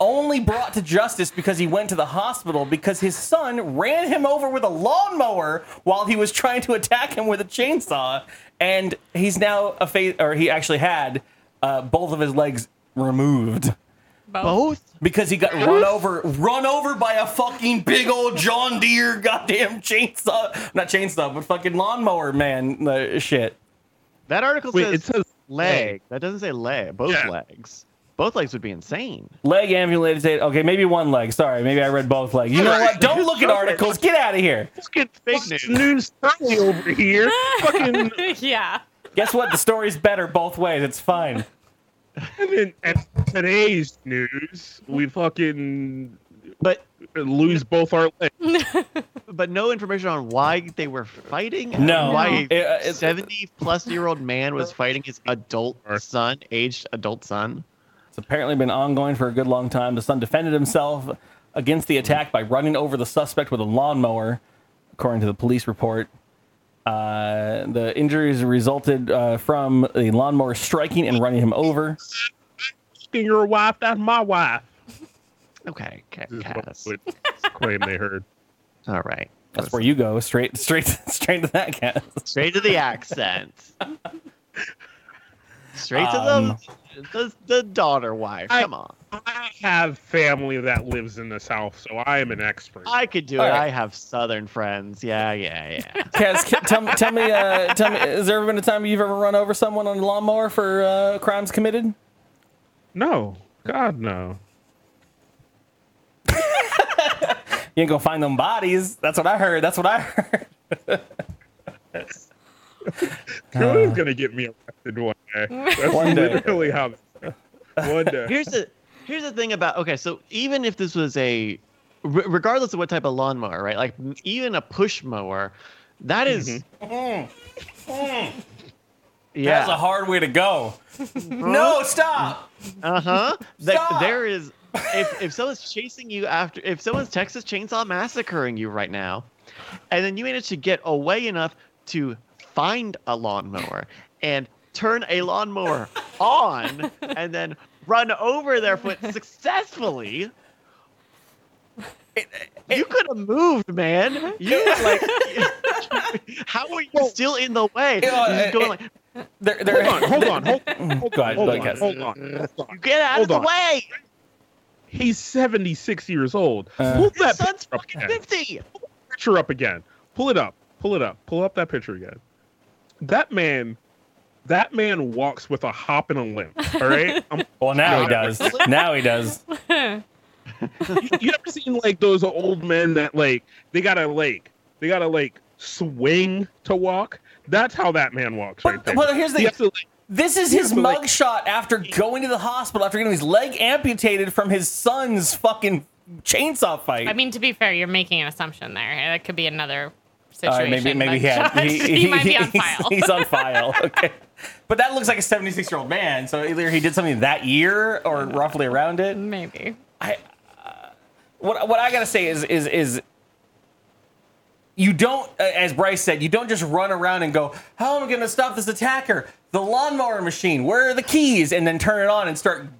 E: only brought to justice because he went to the hospital because his son ran him over with a lawnmower while he was trying to attack him with a chainsaw and he's now a face or he actually had uh, both of his legs removed
H: Both?
E: because he got run over, run over by a fucking big old John Deere goddamn chainsaw, not chainsaw, but fucking lawnmower man uh, shit.
H: That article
F: Wait,
H: says,
F: it says
H: leg. That doesn't say leg. Both
F: Yeah.
H: legs. Both legs would be insane.
E: Leg amputated. Okay, maybe one leg. Sorry, maybe I read both legs. You know what? Don't look at articles. Get out of here.
H: Good fake news.
F: News Tony over here. Fucking
G: yeah.
E: Guess what? The story's better both ways. It's fine.
F: and in and today's news, we fucking
H: But
F: lose both our legs.
H: but no information on why they were fighting. and
E: No.
H: why
E: It- uh,
H: a
E: it's-
H: seventy plus year old man was fighting his adult son, aged adult son.
E: It's apparently been ongoing for a good long time. The son defended himself against the attack by running over the suspect with a lawnmower, according to the police report. Uh, the injuries resulted uh, from the lawnmower striking and running him over.
F: Fucking your wife, that's my wife.
H: Okay, okay,
F: This is what
H: Cass.
F: would- this claim they heard.
H: All right.
E: That's where you go straight, straight, straight to that cat.
H: Straight to the accent. Straight
E: Um,
H: to the, the the daughter wife.
F: I-
H: Come on.
F: I have family that lives in the South, so I am an expert.
H: I could do it.
E: All right.
H: I have southern friends. Yeah, yeah, yeah.
E: Kaz, ca- tell, me- tell me, uh, tell me, has there ever been a time you've ever run over someone on a lawnmower for uh, crimes committed?
F: no, God no.
E: You ain't gonna find them bodies. That's what I heard. That's what I heard.
F: Cody's gonna get me arrested one day. That's
E: Uh. One day.
F: literally how. this- One day.
H: here's the here's the thing about okay so even if this was a re- regardless of what type of lawnmower right like m- even a push mower that is-
E: That's a
H: yeah
E: hard way to go. no, stop.
H: uh-huh Like,
E: Stop!
H: there is if, if someone's chasing you after if someone's texas chainsaw massacring you right now and then you manage to get away enough to find a lawnmower and turn a lawnmower on and then run over their foot successfully you could have moved, man. You like, how are you still in the way?
E: Yeah,
H: You're just
E: uh,
H: going
E: uh,
H: like,
E: They're, they're,
F: Hold on, hold on, hold on, hold
E: Go
F: on,
E: ahead, go
F: hold on,
E: ahead.
F: hold on. hold on.
H: get out of
F: hold
H: the
F: on.
H: way.
F: He's 76 years old.
E: Uh,
F: Pull
H: Your
F: that
H: son's
F: picture up,
H: fucking
F: again.
H: fifty.
F: picture up again. Pull it up. Pull it up. Pull up that picture again. That man, that man walks with a hop and a limp. All right? Um, I'm-
E: Well, now he does. Now he does.
F: you, you ever seen like those old men that like they gotta like they gotta like swing to walk? That's how that man walks right
E: But,
F: there.
E: but here's the
F: He has
E: thing.
F: to, like,
E: This is his
F: Yeah, but, like-
E: mugshot after going to the hospital after getting his leg amputated from his son's fucking chainsaw fight.
G: I mean, to be fair, you're making an assumption there. That could be another
E: All
G: situation.
E: right, maybe maybe he,
G: but
E: had,
G: Josh, he, might be on
E: he's-
G: file.
E: He's, on file. Okay, but that looks like a 76 year old man. So either he did something that year or roughly around it.
G: maybe.
E: what what I gotta say is is is you don't, uh, as Bryce said, you don't just run around and go, "How am I gonna stop this attacker?" The lawnmower machine. Where are the keys? And then turn it on and start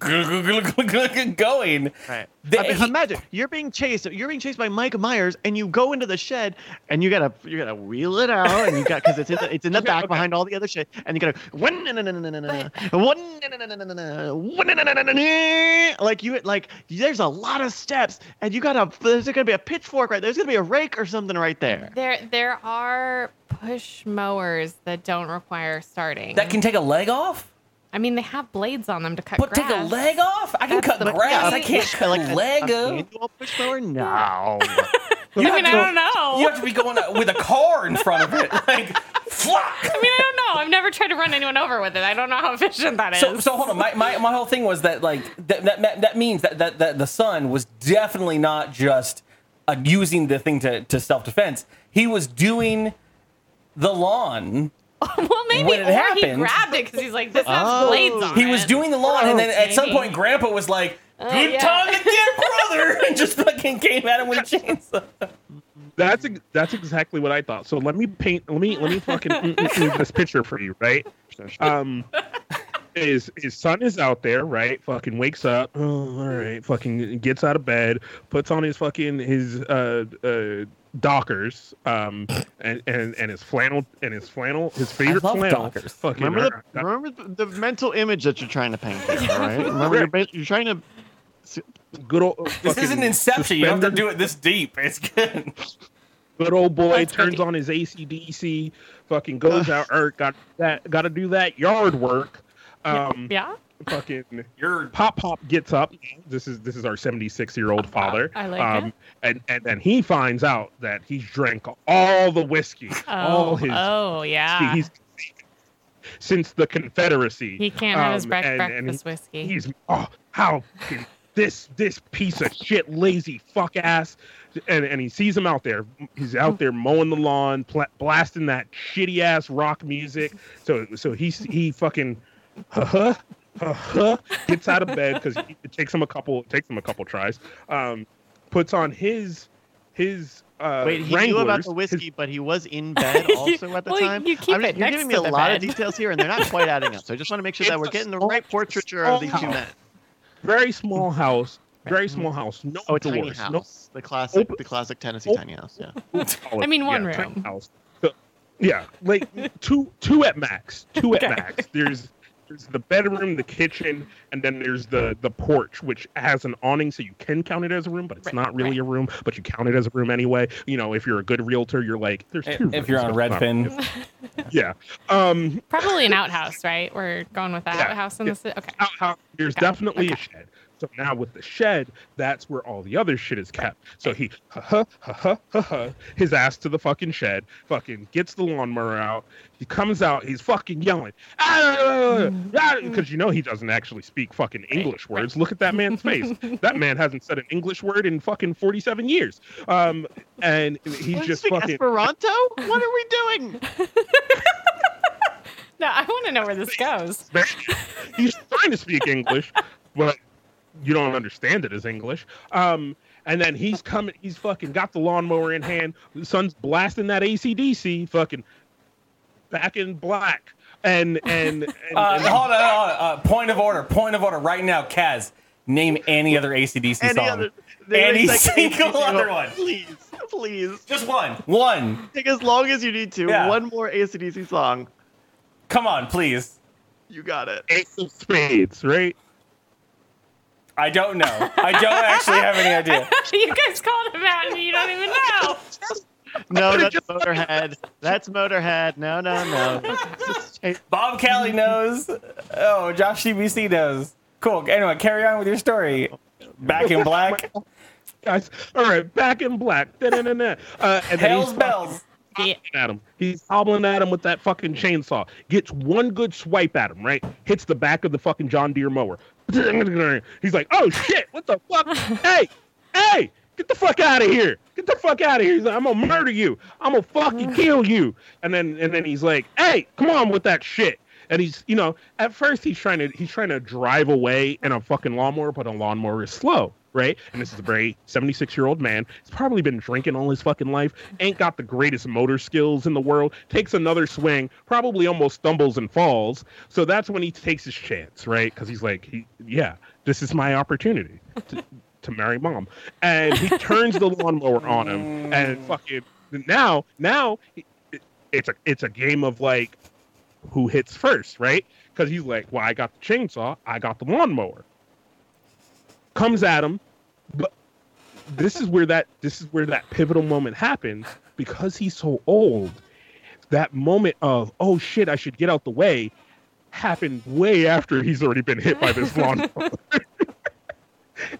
E: going.
H: Right.
E: The-
H: I mean,
E: he-
H: imagine you're being chased. You're being chased by Mike Myers, and you go into the shed, and you gotta you gotta wheel it out, and you got because it's in the, it's in the back behind all the other shit, and you gotta one na- na- na- na- na- na- one na- na- na- na- na- na- one na- na- na- na- na- na- like you like there's a lot of steps, and you gotta there's gonna be a pitchfork right there. There's gonna be a rake or something right there.
G: There there are push mowers that don't require starting.
E: That can take a leg off.
G: I mean, they have blades on them to cut
E: But
G: grass.
E: take a leg off? I can
G: That's
E: cut
G: the-
E: grass.
G: yeah,
E: I can't
H: Push-
E: cut
H: like
E: a
H: a-
E: leg.
H: a
E: off.
H: manual push mower? No.
G: I mean, I don't
E: You
G: know.
E: have to be going with a car in front of it, like. Fuck!
G: I mean, I don't know. I've never tried to run anyone over with it. I don't know how efficient that is.
E: So, so hold on. My, my, my whole thing was that like that that, that, that means that, that that the son was definitely not just uh, using the thing to, to self defense. He was doing the lawn.
G: well, maybe
E: when it
G: or he
E: happened-
G: grabbed it because he's like, this has
H: Oh.
G: blades on
E: He
G: it.
E: was doing the lawn, and then at some
G: Okay.
E: point, Grandpa was like, "Good
G: yeah.
E: time to get brother," and just fucking came at him with a chainsaw.
F: that's ex- that's exactly what I thought. So let me paint. Let me let me fucking mm, mm, mm this picture for you, right? Um, his his son is out there, right? Fucking wakes up. Oh, all right. Fucking gets out of bed, puts on his fucking his uh uh Dockers, um, and and and his flannel and his flannel, his favorite
E: love
F: flannel.
E: Dockers.
F: Fucking
H: Remember the remember the mental image that you're trying to paint, here, all right? Remember
F: Right.
H: you're, ba- you're trying to
F: Good old.
E: This isn't Inception. You don't have to do it this deep. It's good.
F: Good old boy
G: That's
F: turns
G: cooking.
F: on his ACDC, fucking goes out. Er, got that. Got to do that yard work. Um,
G: Yeah.
F: Fucking
E: You're
F: Pop Pop gets up. This is this is our 76 year old father.
G: Uh,
F: Um,
G: I like it.
F: And and then he finds out that he's drank all the whiskey,
G: Oh,
F: all his
G: oh
F: whiskey
G: yeah.
F: he's since the Confederacy.
G: He can't have his
F: Um,
G: breakfast
F: and- and he-
G: whiskey.
F: He's oh how can this this piece of shit lazy fuck ass and and he sees him out there. He's out there mowing the lawn, pla blasting that shitty ass rock music. So so he he fucking huh huh gets out of bed because it takes him a couple it takes him a couple tries. Um, puts on his his uh,
H: Wait, he knew
F: Wranglers,
H: about the
F: his-
H: whiskey, but he was in bed also at the
G: Well,
H: time.
G: you keep
H: I'm just-
G: it
H: you're
G: next
H: giving me
G: to
H: a
G: the
H: lot of
G: bed.
H: details here, and they're not quite adding up. So I just want to make sure
F: It's
H: that we're
F: a
H: getting the
F: small-
H: right portraiture of these two
F: small
H: men.
F: very small house, very small house, no
H: Oh, a tiny
F: doors, no
H: house. The classic,
F: Open-
H: the classic Tennessee
F: open-
H: tiny house. Yeah.
G: I mean, one
F: yeah,
G: room.
F: House. So- yeah, like two two at max. Two at
G: Okay.
F: max. There's there's the bedroom, the kitchen, and then there's the the porch, which has an awning, so you can count it as a room, but it's
G: Right,
F: not really a room. But you count it as a room anyway. You know, if you're a good realtor, you're like, there's two.
E: If you're on
F: rooms, but it's
E: Redfin,
F: not- yeah. Um,
G: Probably an outhouse, right? We're going with the
F: Yeah,
G: outhouse in
F: yeah. Um,
G: the city. Okay.
F: out- out- there's
G: Okay,
F: definitely a
G: okay.
F: shed. So now with the shed, that's where all the other shit is kept. So he, ha ha ha ha ha ha, his ass to the fucking shed, fucking gets the lawnmower out. He comes out, he's fucking yelling, because you know he doesn't actually speak fucking English words. Look at that man's face. That man hasn't said an English word in fucking 47 years. Um, and he's
H: We're
F: just
H: speaking
F: fucking.
H: Esperanto. What are we doing?
G: No, I want to know where this goes.
F: he's trying to speak English, but you don't understand it as English. Um, and then he's coming, he's fucking got the lawnmower in hand. The sun's blasting that ACDC, fucking back in black. And and, and,
E: uh,
F: and-
E: hold on, hold on. Uh, point of order. Point of order. Right now, Kaz, name any other ACDC
H: Any
E: song.
H: other?
E: Any
H: like,
E: single other one.
H: Please, please.
E: Just one. One.
H: Take as long as you need to.
E: Yeah.
H: One more ACDC song.
E: Come on, please.
H: You got it.
F: Ace of Spades, right?
E: I don't know. I don't actually have any idea.
G: you guys called him out and you don't even know.
H: No, that's Motorhead. That's Motorhead. No, no, no. Just take-
E: Bob Kelly knows. Oh, Josh CBC knows. Cool. Anyway, carry on with your story. Back in black.
F: Guys, all right, back in black. Da-da-da-da. Uh, and then he's
E: Hell's
F: fucking
E: bells.
G: Yeah.
F: at him. He's hobbling at him with that fucking chainsaw. Gets one good swipe at him, right? Hits the back of the fucking John Deere mower. He's like, oh shit, what the fuck? hey, hey, get the fuck out of here. Get the fuck out of here. He's like, I'm gonna murder you. I'm gonna fucking kill you. And then and then he's like, hey, come on with that shit. And he's, you know, at first he's trying to he's trying to drive away in a fucking lawnmower, but a lawnmower is slow, right? And this is a very 76 year old man. He's probably been drinking all his fucking life. Ain't got the greatest motor skills in the world. Takes another swing, probably almost stumbles and falls. So that's when he takes his chance, right? Because he's like, he, yeah, this is my opportunity to, to marry mom. And he turns the lawnmower on him, and fucking now now it- it's a it's a game of like who hits first, right? Because he's like, well, I got the chainsaw, I got the lawnmower. Comes at him, but this is where that this is where that pivotal moment happens because he's so old. That moment of oh shit, I should get out the way, happened way after he's already been hit by this lawnmower.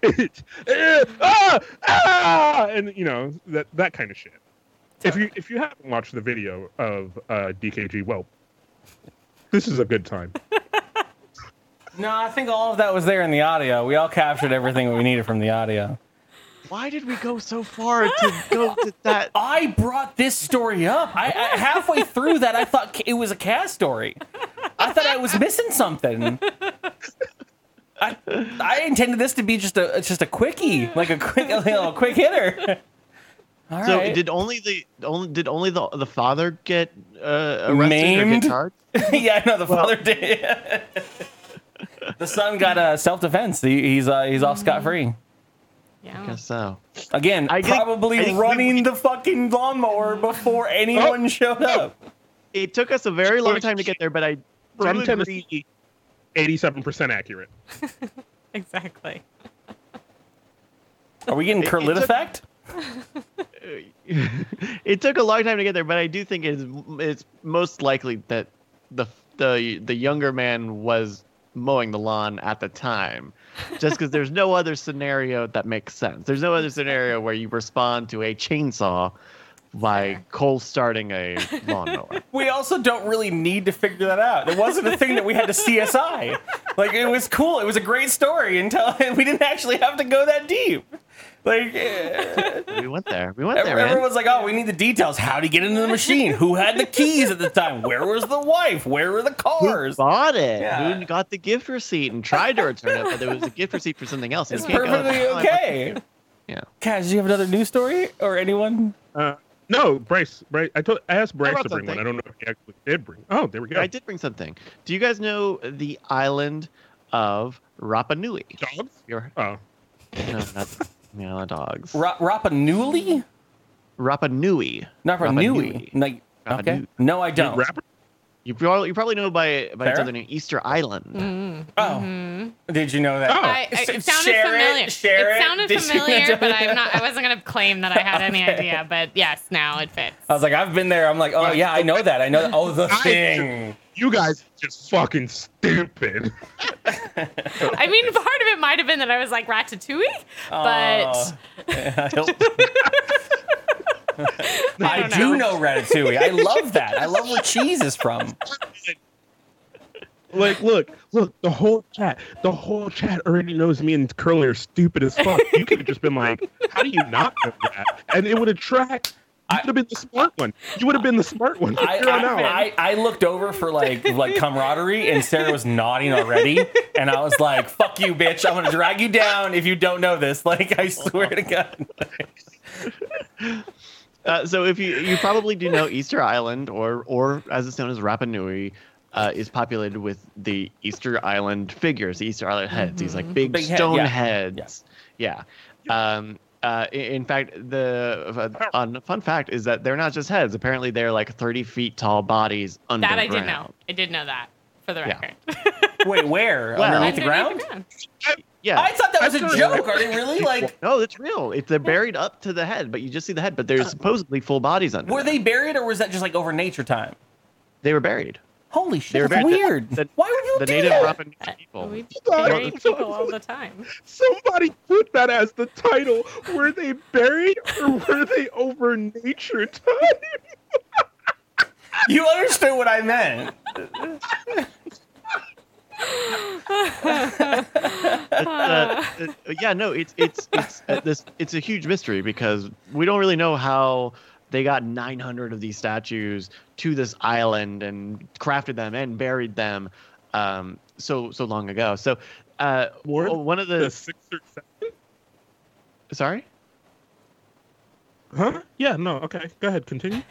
F: It- eh, ah, ah, and you know that that kind of shit. If you if you haven't watched the video of uh, DKG, well, this is a good time.
E: No, I think all of that was there in the audio. We all captured everything we needed from the audio.
H: Why did we go so far to go to that?
E: I brought this story up. I, I halfway through that, I thought it was a cast story. I thought I was missing something. I, I intended this to be just a just a quickie, like a quick a little quick hitter. All right.
H: So did only the only did only the the father get uh, arrested or
E: Maimed?
H: get charged?
E: yeah, no, the father did. the son got uh, self defense. He, he's uh, he's off scot free.
G: Yeah.
H: Guess so.
E: Again,
H: I think-
E: probably
H: I think we- Oh.
E: running the fucking lawnmower before anyone showed up.
H: It took us a very long time to get there, but I
F: From
H: do agree-
F: Tennessee, eighty-seven percent accurate.
G: Exactly.
E: Are we getting
H: It-
E: Kerlit
H: it's a-
E: effect?
H: it took a long time to get there, but I do think it's it's most likely that the the the younger man was mowing the lawn at the time, just because there's no other scenario that makes sense. There's no other scenario where you respond to a chainsaw by cold starting a lawnmower.
E: We also don't really need to figure that out. It wasn't a thing that we had to CSI. Like it was cool. It was a great story until we didn't actually have to go that deep. Like eh,
H: we went there. We went there, man.
E: everyone's like, "Oh, we need the details. How would he get into the machine? Who had the keys at the time? Where was the wife? Where were the
H: Who
E: cars?"
H: bought it?
E: Yeah.
H: Who got the gift receipt and tried to return it, but there was a gift receipt for something else. and
E: It's
H: you can't go,
E: perfectly
H: "Oh, I bought the
E: okay.
H: gift." Yeah.
E: Kaz, do you have another news story or anyone?
F: Uh, no, Bryce. Bryce. I, told, I asked Bryce
H: brought
F: to bring one.
H: something.
F: I don't know if he actually did bring. Oh, there we go.
H: I did bring something. Do you guys know the island of Rapa Nui?
F: Dogs?
H: You're,
F: Oh,
H: no, not, no, not dogs.
E: Ra- Rapa Nui?
H: Rapa Nui.
E: Not Rapa Nui. Like,
H: Rapa
E: okay.
H: Nui.
E: No, I
F: you
E: don't.
F: rapper?
H: You probably, you probably know by by its
E: Sarah?
H: other name Easter Island.
E: Oh,
H: Mm-hmm.
E: did you know that?
F: Oh.
G: I, I, it sounded
E: Share it,
G: familiar.
E: share it.
G: sounded
E: Did you
G: familiar,
E: enjoy
G: but
E: that?
G: I'm not. I wasn't gonna claim that I had any idea. But yes, now it fits.
E: I was like, I've been there. I'm like, oh yeah, I know that. I know. That. Oh, the
F: I-
E: thing.
F: You guys just fucking stupid.
G: I mean, part of it might have been that I was like Ratatouille, but
E: Oh. I don't-
G: I
E: I
G: don't
E: do
G: know.
E: know Ratatouille. I love that. I love where cheese is from.
F: Like, look, look, the whole chat, the whole chat already knows me and Curly are stupid as fuck. You could have just been like, how do you not know that? And it would attract. You would have been the smart one. You would have been the smart one.
E: I,
F: Here on out.
E: I, I, I looked over for like like camaraderie, and Sarah was nodding already, and I was like, "Fuck you, bitch! I'm gonna drag you down if you don't know this." Like, I swear to God.
H: Uh, so if you you probably do know Easter Island or or as it's known as Rapa Nui. Uh, is populated with the Easter Island figures, the Easter Island heads, these like
E: Mm-hmm.
H: big,
E: Big head,
H: stone
E: yeah.
H: heads. Yeah. Um, uh, i- in fact, the uh, on, fun fact is that they're not just heads. Apparently, they're like 30 feet tall bodies
G: that
H: underground.
G: I did know. I did know that for the
H: Yeah.
G: record.
E: Wait, where?
H: Well-
E: Underneath the
G: Underneath
E: ground?
G: the ground.
H: Yeah.
E: I thought that was a
F: Underneath-
E: joke. Are they really like?
H: No, it's real. It's they're buried up to the head, but you just see the head. But there's supposedly full bodies under.
E: Uh, Were
H: them.
E: they buried, or was that just like over nature time?
H: They were buried.
E: Holy
H: They were
E: shit! That's
H: buried. The-
E: weird.
H: the-
E: Why would you
H: The
E: do
H: native
E: that?
H: Rapa Nui
G: We
H: people.
G: bury people all the time.
F: Somebody put that as the title. Were they buried or were they over nature time?
E: You understood what I meant.
H: Uh, uh, yeah, no, it's it's it's uh, this it's a huge mystery because we don't really know how they got 900 of these statues to this island and crafted them and buried them um, so so long ago. So uh,
F: More
H: oh, one of the
F: The six or seven?
H: sorry.
F: Huh? Yeah, no, okay. Go ahead, continue.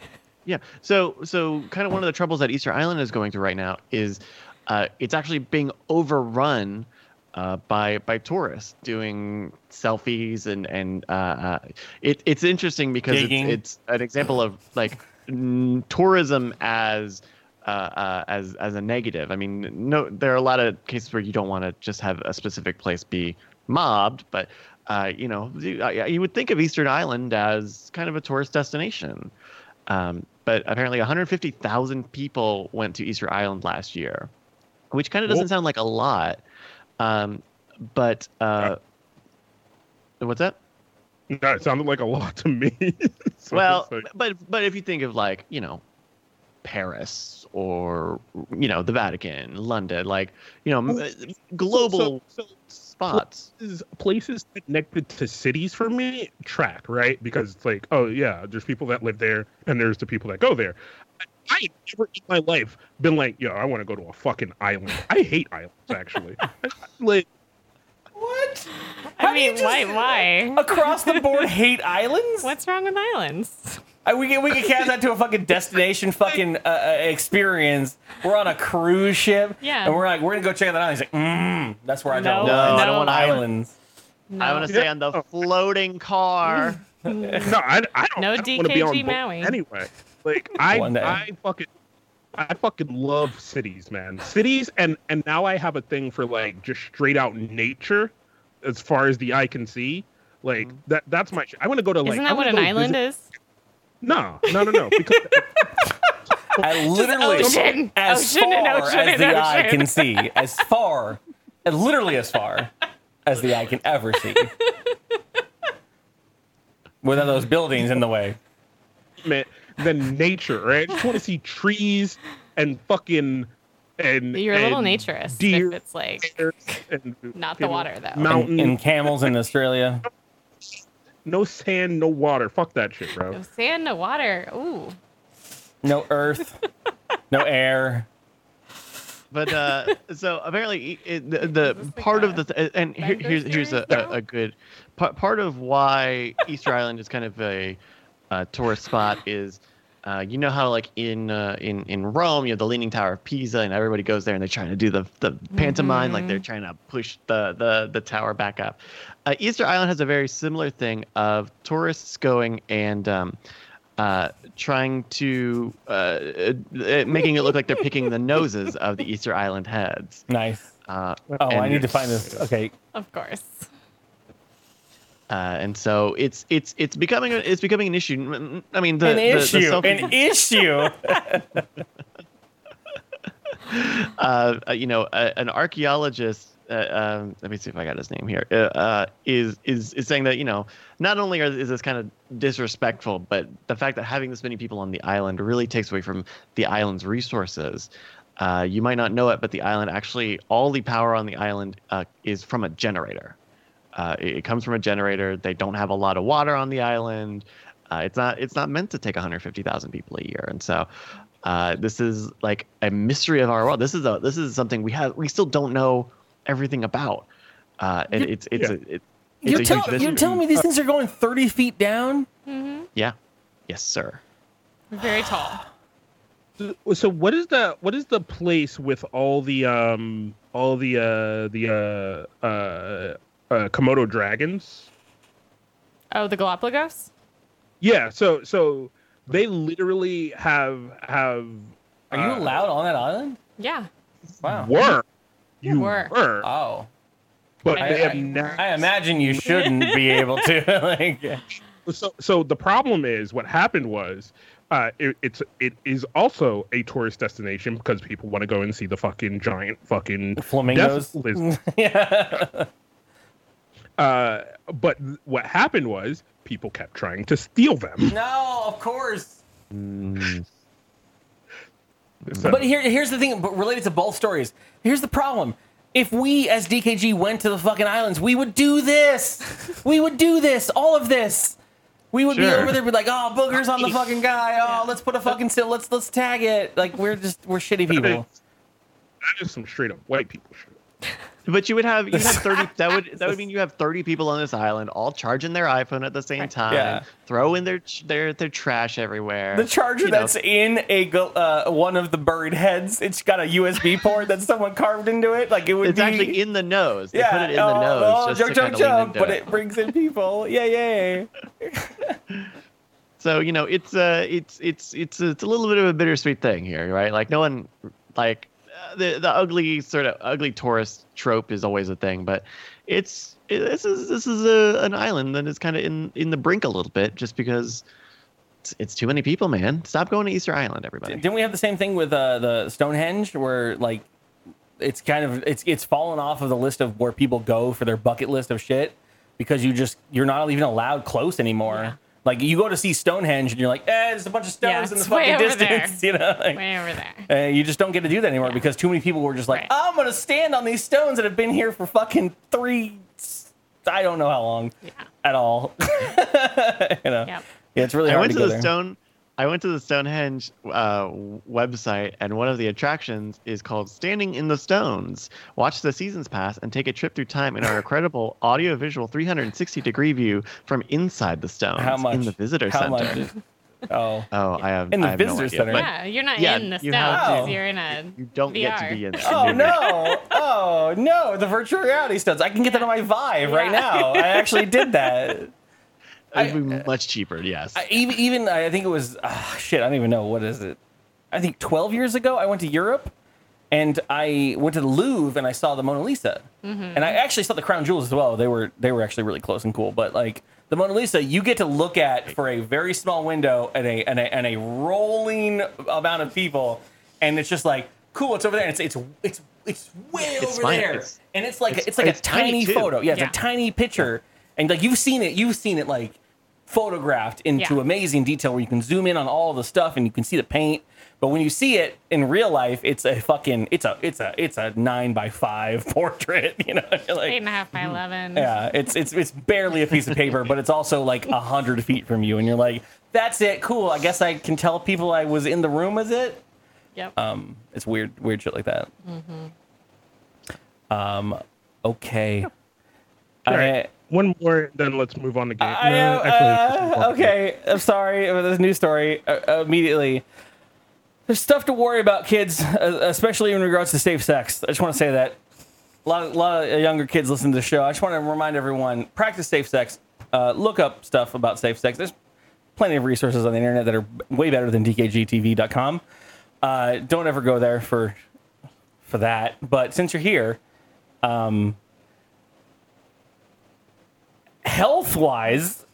H: Yeah. So so kind of one of the troubles that Easter Island is going through right now is uh, it's actually being overrun uh, by by tourists doing selfies and and uh, uh, it, it's interesting because it's,
E: Digging.
H: it's an example of like n- tourism as. Uh, uh, as as a negative, I mean, no, there are a lot of cases where you don't want to just have a specific place be mobbed, but uh, you know, you, I- you would think of Eastern Island as kind of a tourist destination. Um, but apparently, 150,000 people went to Easter Island last year, which kind of doesn't
F: Whoa.
H: sound like a lot. Um, but uh, what's that?
F: No, it sounded like a lot to me. So
H: well,
F: it's like-
H: but but if you think of like you know, Paris or you know the Vatican, London, like you know m- uh, global
F: So, so
H: spots.
F: places, places connected to cities for me track, right? Because it's like, oh, yeah, there's people that live there and there's the people that go there. I, I have never in my life been like, yo, I want to go to a fucking island. I hate islands, actually. like,
E: What?
G: I mean, why? Why?
E: Across the board, hate islands.
G: What's wrong with islands?
E: I- we can we can cast that to a fucking destination fucking uh, uh, experience. We're on a cruise ship,
G: Yeah.
E: and we're like, we're gonna go check that out. He's like, mm, that's where I don't.
G: No,
E: want- I
G: no.
E: don't want islands.
G: No.
H: I want to stay on the floating car.
F: no, I, I don't.
G: No
F: I don't wanna be
G: DKG
F: on board
G: Maui.
F: Anyway, like I,
E: One day.
F: I fucking, I fucking love cities, man. Cities, and and now I have a thing for like just straight out nature, as far as the eye can see. Like that that's my shit. I want to go to like
G: Mm-hmm. Isn't
F: I
G: that what
F: wanna
G: an
F: go
G: island
F: visit-
G: is?
F: No, no, no, no. Because
E: I literally
G: ocean.
E: as
G: Ocean and
E: far
G: ocean
E: as
G: and
E: the eye
G: ocean.
E: can see, as far, and literally as far as the eye can ever see, without those buildings in the way.
F: meant than nature, right? I just want to see trees and fucking and
G: You're a little
F: and
G: naturist
F: deer
G: if it's like
F: and
G: not the
F: you know,
G: water, though.
F: Mountain,
E: And camels in Australia.
F: no sand, no water. Fuck that shit, bro.
G: no sand, no water. Ooh.
E: No earth. No air.
H: but uh, so apparently it, the, the
G: like
H: part of
G: a
H: the th- and here,
G: Bender
H: here's here's a,
G: series now?
H: a, a good part, part of why Easter Island is kind of a, uh tourist spot is uh, you know how like in uh, in in Rome you have the Leaning Tower of Pisa and everybody goes there and they're trying to do the the pantomime like
G: Mm-hmm.
H: they're trying to push the the the tower back up. Uh, Easter Island has a very similar thing of tourists going and. Um, uh, trying to uh, uh, uh, making it look like they're picking the noses of the Easter Island heads.
E: Nice.
H: Uh,
E: Oh,
H: and
E: I need to
H: it's-
E: find this. Okay.
G: Of course.
H: Uh, and so it's it's it's becoming a, it's becoming an issue. Mm, mm, I mean, the
E: An
H: the- the
E: issue.
H: self-
E: An issue.
H: uh, uh, you know, a, an archaeologist. Uh, um, let me see if I got his name here. Uh, uh, is is is saying that you know, not only are, is this kind of disrespectful, but the fact that having this many people on the island really takes away from the island's resources. Uh, you might not know it, but the island actually all the power on the island uh, is from a generator. Uh, it, it comes from a generator. They don't have a lot of water on the island. Uh, it's not it's not meant to take 150,000 people a year, and so uh, this is like a mystery of our world. This is a this is something we have we still don't know everything about, uh, and it's it's
F: Yeah.
H: a, it, it's
E: You're,
H: a
E: tell,
H: huge
E: you're
H: mystery.
E: telling me these things are going 30 feet down?
H: yeah, yes sir.
G: Very tall.
F: So what is the what is the place with all the um all the uh the uh uh, uh Komodo dragons?
G: Oh, the Galapagos?
F: Yeah, so so they literally have have
E: Are you
F: uh,
E: allowed on that island?
G: Yeah.
E: Wow.
F: were you
G: Were.
F: were,
E: Oh.
F: but
G: I-
F: they have
G: I-
F: now
E: I imagine you shouldn't be able to. like,
F: so so the problem is what happened was uh, it, it's it is also a tourist destination because people want to go and see the fucking giant fucking
E: flamingos.
F: death lizard.
E: yeah.
F: Uh, but what happened was people kept trying to steal them.
E: No, of course.
F: So-
E: But here, here's the thing. But related to both stories, here's the problem. If we, as DKG, went to the fucking islands, we would do this. We would do this. All of this. We would be
H: Sure.
E: over there, be like, "Oh, boogers on the fucking guy. Oh, let's put a fucking still. Let's let's tag it." Like we're just we're shitty people.
F: that is some straight up white people shit.
H: But you would have you have thirty. that would that would mean you have thirty people on this island, all charging their iPhone at the same time,
E: Yeah.
H: throwing their ch- their their trash everywhere.
E: The charger
H: You know,
E: that's in a gl- uh, one of the buried heads, it's got a USB port that someone carved into it. Like it would
H: it's
E: be
H: actually in the nose. They put it in
E: oh,
H: the nose.
E: oh,
H: just
E: joke,
H: to
E: joke,
H: kinda lean
E: joke,
H: into
E: but it brings in people. Yeah, yeah.
H: So you know, it's uh, it's it's it's it's a little bit of a bittersweet thing here, right? Like no one, like uh, the the ugly sort of ugly tourist trope is always a thing, but it's it, this is this is a, an island that is kind of in in the brink a little bit, just because it's, it's too many people, man. Stop going to Easter Island, everybody.
E: Didn't we have the same thing with uh, the Stonehenge, where like it's kind of it's it's fallen off of the list of where people go for their bucket list of shit because you just you're not even allowed close anymore. Like you go to see Stonehenge and you're like, eh, there's a bunch of
G: Yeah,
E: stones in the
G: it's way
E: fucking
G: over there.
E: distance, you know. like-
G: Way over
E: Uh,
G: there.
E: you just don't get to do that anymore because too many people were just like,
G: Right.
E: I'm gonna stand on these stones that have been here for fucking three, I don't know how long, at all. you know,
G: Yep.
E: yeah, it's really
H: I
E: hard
H: went
E: to
H: to
E: go
H: the
E: there.
H: stone. I went to the Stonehenge uh, w- website, and one of the attractions is called "Standing in the Stones." Watch the seasons pass and take a trip through time in our incredible audio-visual 360-degree view from inside the stones
E: How much?
H: in the visitor
E: How
H: center.
E: much? oh,
H: Oh, I have
E: In the
H: I have no
E: visitor
H: idea,
E: center.
H: but
G: yeah, you're not
H: yeah,
G: in the
H: you
G: stones.
E: have-
G: 'cause You're in a.
H: You don't get to
G: VR.
H: be in. there.
E: oh
H: You're-
E: no, oh no, the virtual reality stones. I can get that on my Vive right
G: Yeah.
E: now. I actually did that.
H: It would be much cheaper. Yes.
E: uh, I, even, even I think it was ah, shit. I don't even know what is it. I think 12 years ago, I went to Europe and I went to the Louvre and I saw the Mona Lisa, and I actually saw the crown jewels as well. They were they were actually really close and cool. But like the Mona Lisa, you get to look at for a very small window and a and a, and a rolling amount of people, and it's just like cool. It's over there. And it's it's it's it's way
H: It's
E: over
H: fine.
E: there,
H: It's-
E: and it's like
H: it's-
E: it's, like
H: it's
E: a
H: tiny,
E: tiny,
H: too.
E: photo. Yeah, it's
G: Yeah.
E: a tiny picture, and like you've seen it, you've seen it like photographed into
G: Yeah.
E: amazing detail where you can zoom in on all the stuff and you can see the paint. But when you see it in real life, it's a fucking it's a it's a it's a nine by five portrait. You know, You're
G: Eight
E: like
G: and a half by eleven.
E: yeah, it's it's it's barely a piece of paper, but it's also like a hundred feet from you, and you're like, that's it, cool. I guess I can tell people I was in the room with it.
G: Yep.
E: Um, it's weird weird shit like that. Um, okay.
F: All
E: I-
F: right. One more, then let's move on to game.
E: I am,
F: no, actually, let's move
E: uh,
F: on to game.
E: okay, I'm sorry about this news story uh, uh, immediately. There's stuff to worry about, kids, uh, especially in regards to safe sex. I just want to say that. A lot, a lot of younger kids listen to the show. I just want to remind everyone practice safe sex. Uh, look up stuff about safe sex. There's plenty of resources on the internet that are way better than dkgtv.com. Uh, don't ever go there for for that. But since you're here, um, health wise,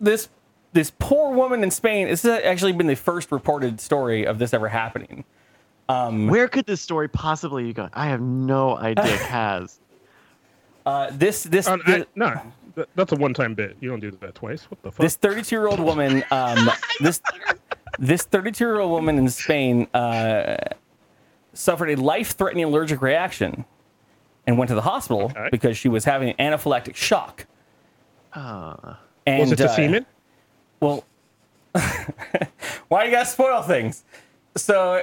E: this this poor woman in Spain. This has actually been the first reported story of this ever happening.
H: Where could this story possibly be going? I have no idea, Kaz.
E: Uh, this this
F: Um, I,
E: thi-
F: no, th- that's a one-time bit. You don't do that twice. What the fuck?
E: this 32 year old woman. Um, this this 32 year old woman in Spain uh, suffered a life threatening allergic reaction and went to the hospital
F: Okay.
E: because she was having anaphylactic shock. and,
F: was it the
E: uh,
F: semen?
E: Well, why do you guys spoil things? So.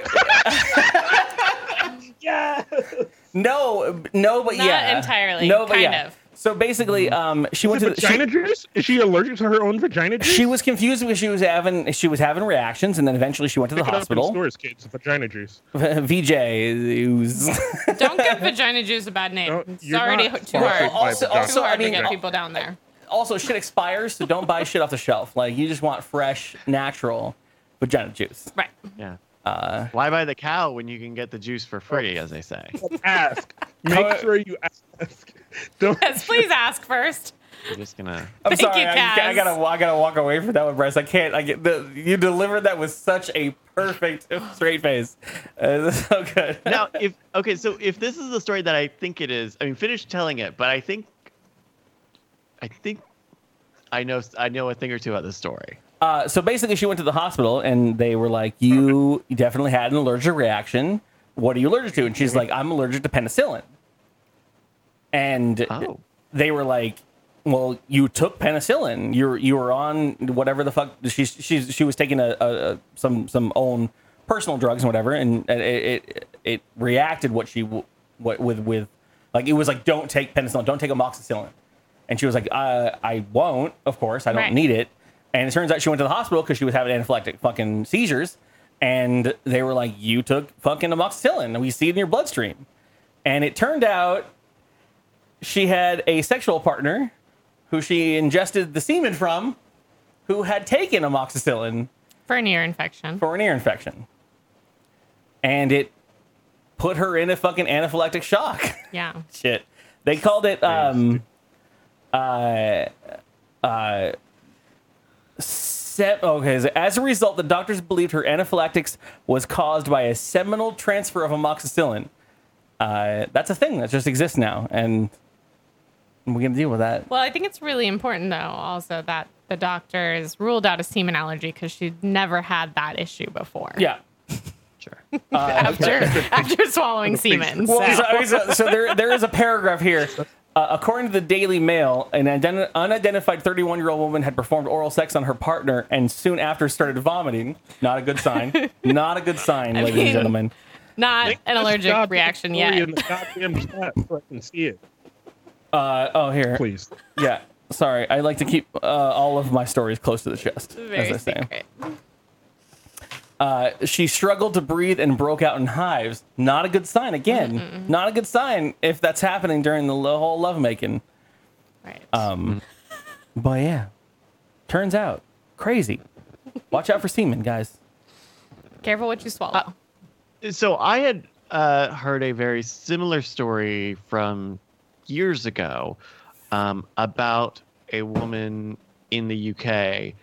E: No, no, but
G: Not
E: yeah.
G: entirely,
E: No, but
G: kind
E: yeah.
G: of.
E: So basically, um, she went to the, she,
F: Mm-hmm. Vagina juice? Is she allergic to her own vagina juice?
E: she was confused because she was having she was having reactions, and then eventually she went to the
F: Pick it up in
E: hospital.
F: stores, kids. Vagina juice.
E: VJ, ooze.
G: Don't give vagina juice a bad name.
F: No,
G: it's
F: you're
G: already
F: not
G: too
F: sponsored
G: hard.
F: by
E: Also-
F: vagina
E: also,
G: too hard
E: I mean,
G: to
E: uh,
G: get people down there.
E: also, shit expires, so don't buy shit off the shelf. Like you just want fresh, natural vagina juice.
G: Right.
H: Yeah.
E: Uh,
H: Why buy the cow when you can get the juice for free, as they say?
F: ask. Make sure you ask. Don't.
G: Yes, please ask first.
H: I'm just gonna.
E: I'm
G: Thank
E: sorry,
G: you,
E: I, I
G: Kaz.
E: gotta, I gotta walk away from that one, Bryce. I can't. I get the, you delivered that with such a perfect straight face. Uh, so good.
H: now if okay so if this is the story that i think it is i mean finish telling it but i think i think i know i know a thing or two about this story
E: Uh, so basically, she went to the hospital and they were like, "You definitely had an allergic reaction. What are you allergic to?" And she's like, "I'm allergic to penicillin." And
H: Oh.
E: they were like, "Well, you took penicillin. You you were on whatever the fuck she she she was taking a, a, a some some own personal drugs and whatever, and it it, it reacted what she w- what with with like it was like don't take penicillin, don't take amoxicillin." And she was like, uh, "I won't. Of course, I don't
G: Right.
E: need it." And it turns out she went to the hospital because she was having anaphylactic fucking seizures, and they were like, "You took fucking amoxicillin, and we see it in your bloodstream." And it turned out she had a sexual partner who she ingested the semen from who had taken amoxicillin
G: For an ear infection.
E: for an ear infection. And it put her in a fucking anaphylactic shock.
G: Yeah.
E: Shit. They called it um uh uh se- okay, so as a result, the doctors believed her anaphylactics was caused by a seminal transfer of amoxicillin. Uh, that's a thing that just exists now, and we're gonna deal with that.
G: Well, I think it's really important, though, also that the doctors ruled out a semen allergy because she'd never had that issue before.
E: Yeah.
H: sure
G: After, after swallowing semen.
E: Well,
G: so-
E: so, so- so there, there is a paragraph here. Uh, according to the Daily Mail, an identi- unidentified 31 year old woman had performed oral sex on her partner and soon after started vomiting. Not a good sign. Not a good sign, ladies and
G: mean-
E: gentlemen.
G: Not
F: Make
G: an
F: this
G: allergic
F: goddamn
G: reaction yet.
F: story In the goddamn chat so I can see it,
E: Uh, oh, here.
F: please.
E: Yeah. Sorry. I like to keep uh, all of my stories close to the chest, as I
G: Very
E: say.
G: secret.
E: she struggled to breathe and broke out in hives. Not a good sign. Again, not a good sign if that's happening during the lo- whole lovemaking.
G: Right.
E: Um, But yeah, turns out crazy. Watch out for semen, guys.
G: Uh, Careful what you swallow.
H: so i had uh, heard a very similar story from years ago um, about a woman in the UK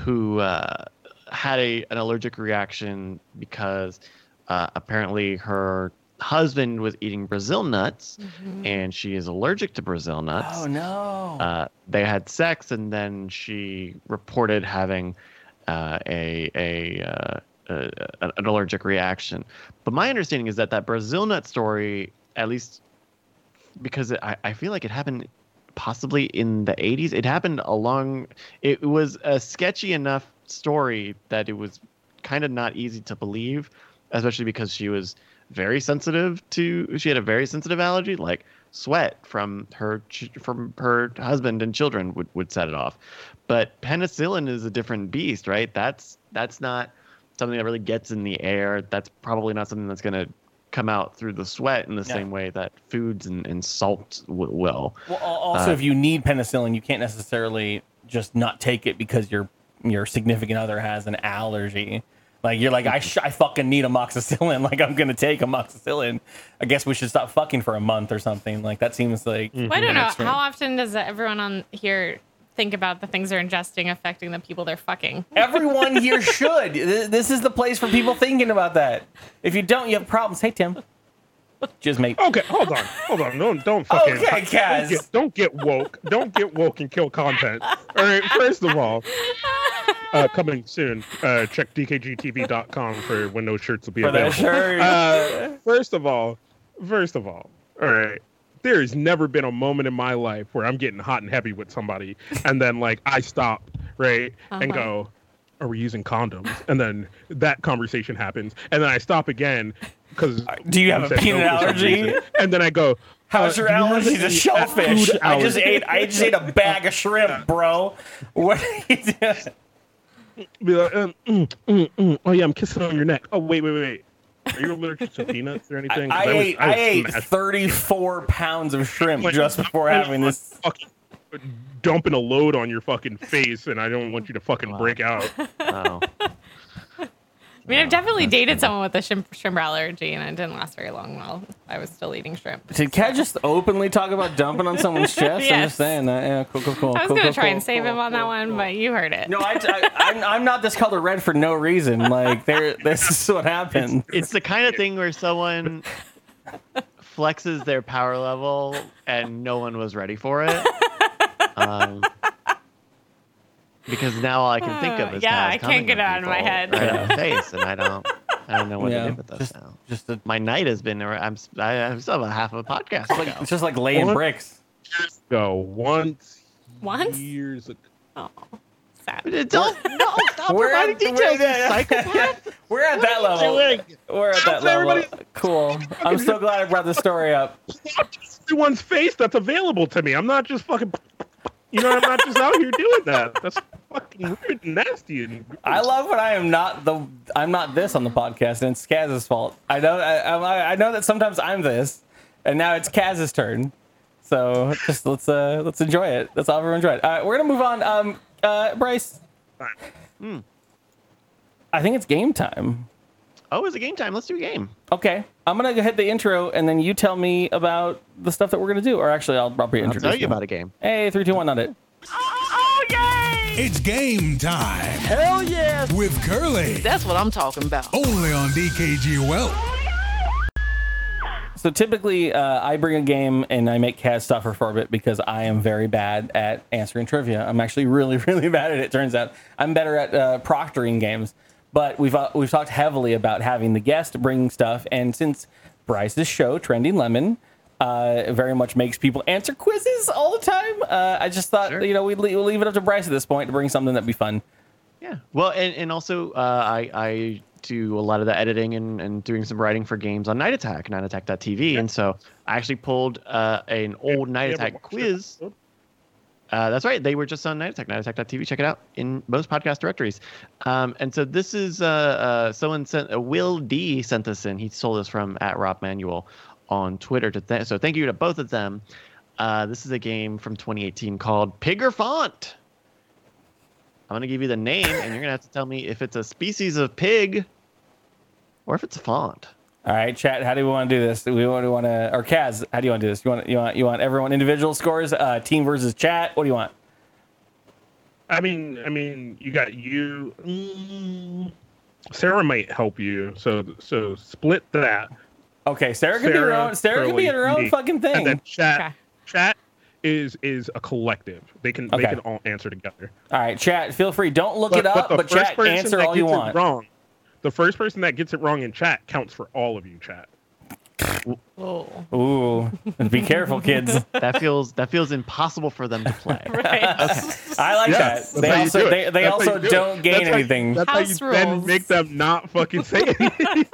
H: who uh, had a, an allergic reaction because uh, apparently her husband was eating Brazil nuts and she is allergic to Brazil nuts
E: Oh no.
H: uh, they had sex, and then she reported having uh, a a uh, uh, an allergic reaction. But my understanding is that that Brazil nut story, at least because it, I, I feel like it happened possibly in the 80s. It happened along. It was a sketchy enough story that it was kind of not easy to believe, especially because she was very sensitive to. She had a very sensitive allergy, like sweat from her ch- from her husband and children would, would set it off. But penicillin is a different beast, right? That's that's not something that really gets in the air. That's probably not something that's going to come out through the sweat in the
E: Yeah.
H: same way that foods and, and salt w- will.
E: Well, al- also, if you need penicillin, you can't necessarily just not take it because your your significant other has an allergy. Like you're like I sh- I fucking need amoxicillin. Like I'm gonna take amoxicillin. I guess we should stop fucking for a month or something. Like that seems like
G: Well, I don't
E: an
G: know.
E: extreme.
G: How often does everyone on here think about the things they're ingesting affecting the people they're fucking?
E: Everyone here should. Th- This is the place for people thinking about that. If you don't, you have problems. Hey Tim, just mate.
F: Okay, hold on, hold on. Don't don't fucking.
E: Okay, Kaz.
F: Don't get, don't get woke. Don't get woke and kill content. All right. First of all, uh, coming soon. Uh, check dkgtv.com for when those shirts will be
E: For that
F: available.
E: shirt.
F: Uh, first of all, first of all, all right. There has never been a moment in my life where I'm getting hot and heavy with somebody, and then like I stop right and
G: Uh-huh.
F: go, "Are we using condoms?" And then that conversation happens, and then I stop again because
E: Do you have a peanut allergy?
F: and then I go,
E: How's
F: uh,
E: your
F: do you have
E: allergy
F: any,
E: to
F: uh,
E: shellfish?
F: food
E: I just
F: allergy?
E: ate. I just ate a bag of shrimp, bro. What? are you doing?
F: Be like, um, mm, mm, mm. Oh yeah, I'm kissing on your neck. Oh wait, wait, wait. wait. Are you allergic to peanuts or anything?
E: I,
F: 'Cause was-
E: ate.
F: I
E: I,
F: was
E: ate
F: smashed.
E: 34 pounds of shrimp
F: Like,
E: just before
F: I'm
E: having this.
F: fucking dumping a load on your fucking face, and I don't want you to fucking break out.
H: Wow.
G: I mean, I've definitely dated someone with a shrimp, shrimp allergy, and it didn't last very long while I was still eating shrimp.
E: Did Cat just openly talk about dumping on someone's chest? I'm just
G: Yes.
E: saying that. Yeah, cool, cool, cool.
G: I was
E: cool,
G: gonna
E: cool,
G: try
E: cool,
G: and save
E: cool,
G: him on
E: cool.
G: that one, but you heard it.
E: No, I, am I'm not this color red for no reason. Like there, this is what happened.
H: it's the kind of thing where someone flexes their power level and no one was ready for it. Um, because now all I can think of
G: Uh,
H: is
G: yeah,
H: Taz
G: I can't
H: coming
G: get
H: on
G: it out of my
H: people
G: head.
H: right in the face, and I don't, I don't know what to
E: yeah,
H: do with this
E: just,
H: now.
E: just a,
H: My night has been. I'm. I, I still have a half of a podcast. To
E: like,
H: go.
E: it's just like laying
F: What?
E: bricks.
F: Go once.
G: Once?
F: Years ago.
G: Oh, sad.
H: Don't no, stop
E: We're
H: providing
E: at, we're,
H: details,
E: at
H: you
E: that-
H: psychopath.
E: we're at that level. We're at that
F: That's
E: level.
F: everybody's-
E: Cool. I'm so glad I brought this story up.
F: Everyone's face that's available to me. I'm not just fucking. You know, I'm not just out here doing that. That's fucking weird and nasty. And
E: I love when I am not the I'm not this on the podcast, and it's Kaz's fault. I know I, I, I know that sometimes I'm this, and now it's Kaz's turn. So just let's uh let's enjoy it. Let's all everyone enjoy it. All right, we're gonna move on. Um, uh, Bryce,
H: Hmm.
E: I think it's game time.
H: Oh, it's a game time. Let's do a game.
E: Okay, I'm gonna go hit the intro, and then you tell me about the stuff that we're gonna do. Or actually, I'll probably
H: I'll
E: introduce
H: tell you about a game.
E: Hey, three, two, one, on it.
I: It's game time
J: Hell yes.
I: with Curly.
J: That's what I'm talking about.
I: Only on DKG Well.
E: So typically, uh, I bring a game and I make Kaz suffer for a bit because I am very bad at answering trivia. I'm actually really, really bad at it. Turns out I'm better at uh, proctoring games. But we've uh, we've talked heavily about having the guest bring stuff, and since Bryce's show, Trending Lemon, uh, very much makes people answer quizzes all the time, uh, I just thought
H: Sure.
E: you know we'd le- we'll leave it up to Bryce at this point to bring something that'd be fun.
H: Yeah. Well, and, and also uh, I I do a lot of the editing and, and doing some writing for games on Night Attack, nightattack.tv. And so I actually pulled uh, an old Night
F: You ever
H: Attack
F: watched it?
H: quiz. Uh, that's right. They were just on Night Attack, nightattack.tv. Check it out in most podcast directories. Um, and so this is uh, uh, someone sent uh, Will D sent this in. He stole this from at Rob Manuel on Twitter. To th- so thank you to both of them. Uh, this is a game from 2018 called Pigger Font. I'm gonna give you the name, and you're gonna have to tell me if it's a species of pig or if it's a font.
E: All right, chat. How do we want to do this? Do we want to want to or Kaz? How do you want to do this? You want you want you want everyone individual scores? Uh, team versus chat. What do you want?
F: I mean, I mean, you got you. Mm, Sarah might help you. So so split that.
E: Okay, Sarah can be her own. Sarah can be
F: Curly,
E: her own
F: me.
E: fucking
F: And
E: thing.
F: then chat
G: Okay.
F: chat is is a collective. They can they
E: Okay.
F: can all answer together.
E: All right, chat. Feel free. Don't look it up, but, chat answer all you
F: gets it
E: want.
F: wrong, the first person that gets it wrong in chat counts for all of you. Chat.
G: Whoa.
E: Ooh, be careful, kids.
H: That feels that feels impossible for them to play.
G: Right.
E: I like that. They also they, they also don't gain anything.
F: that's
G: how you House
F: then
G: then rules.
F: make
G: make
F: them not fucking say anything.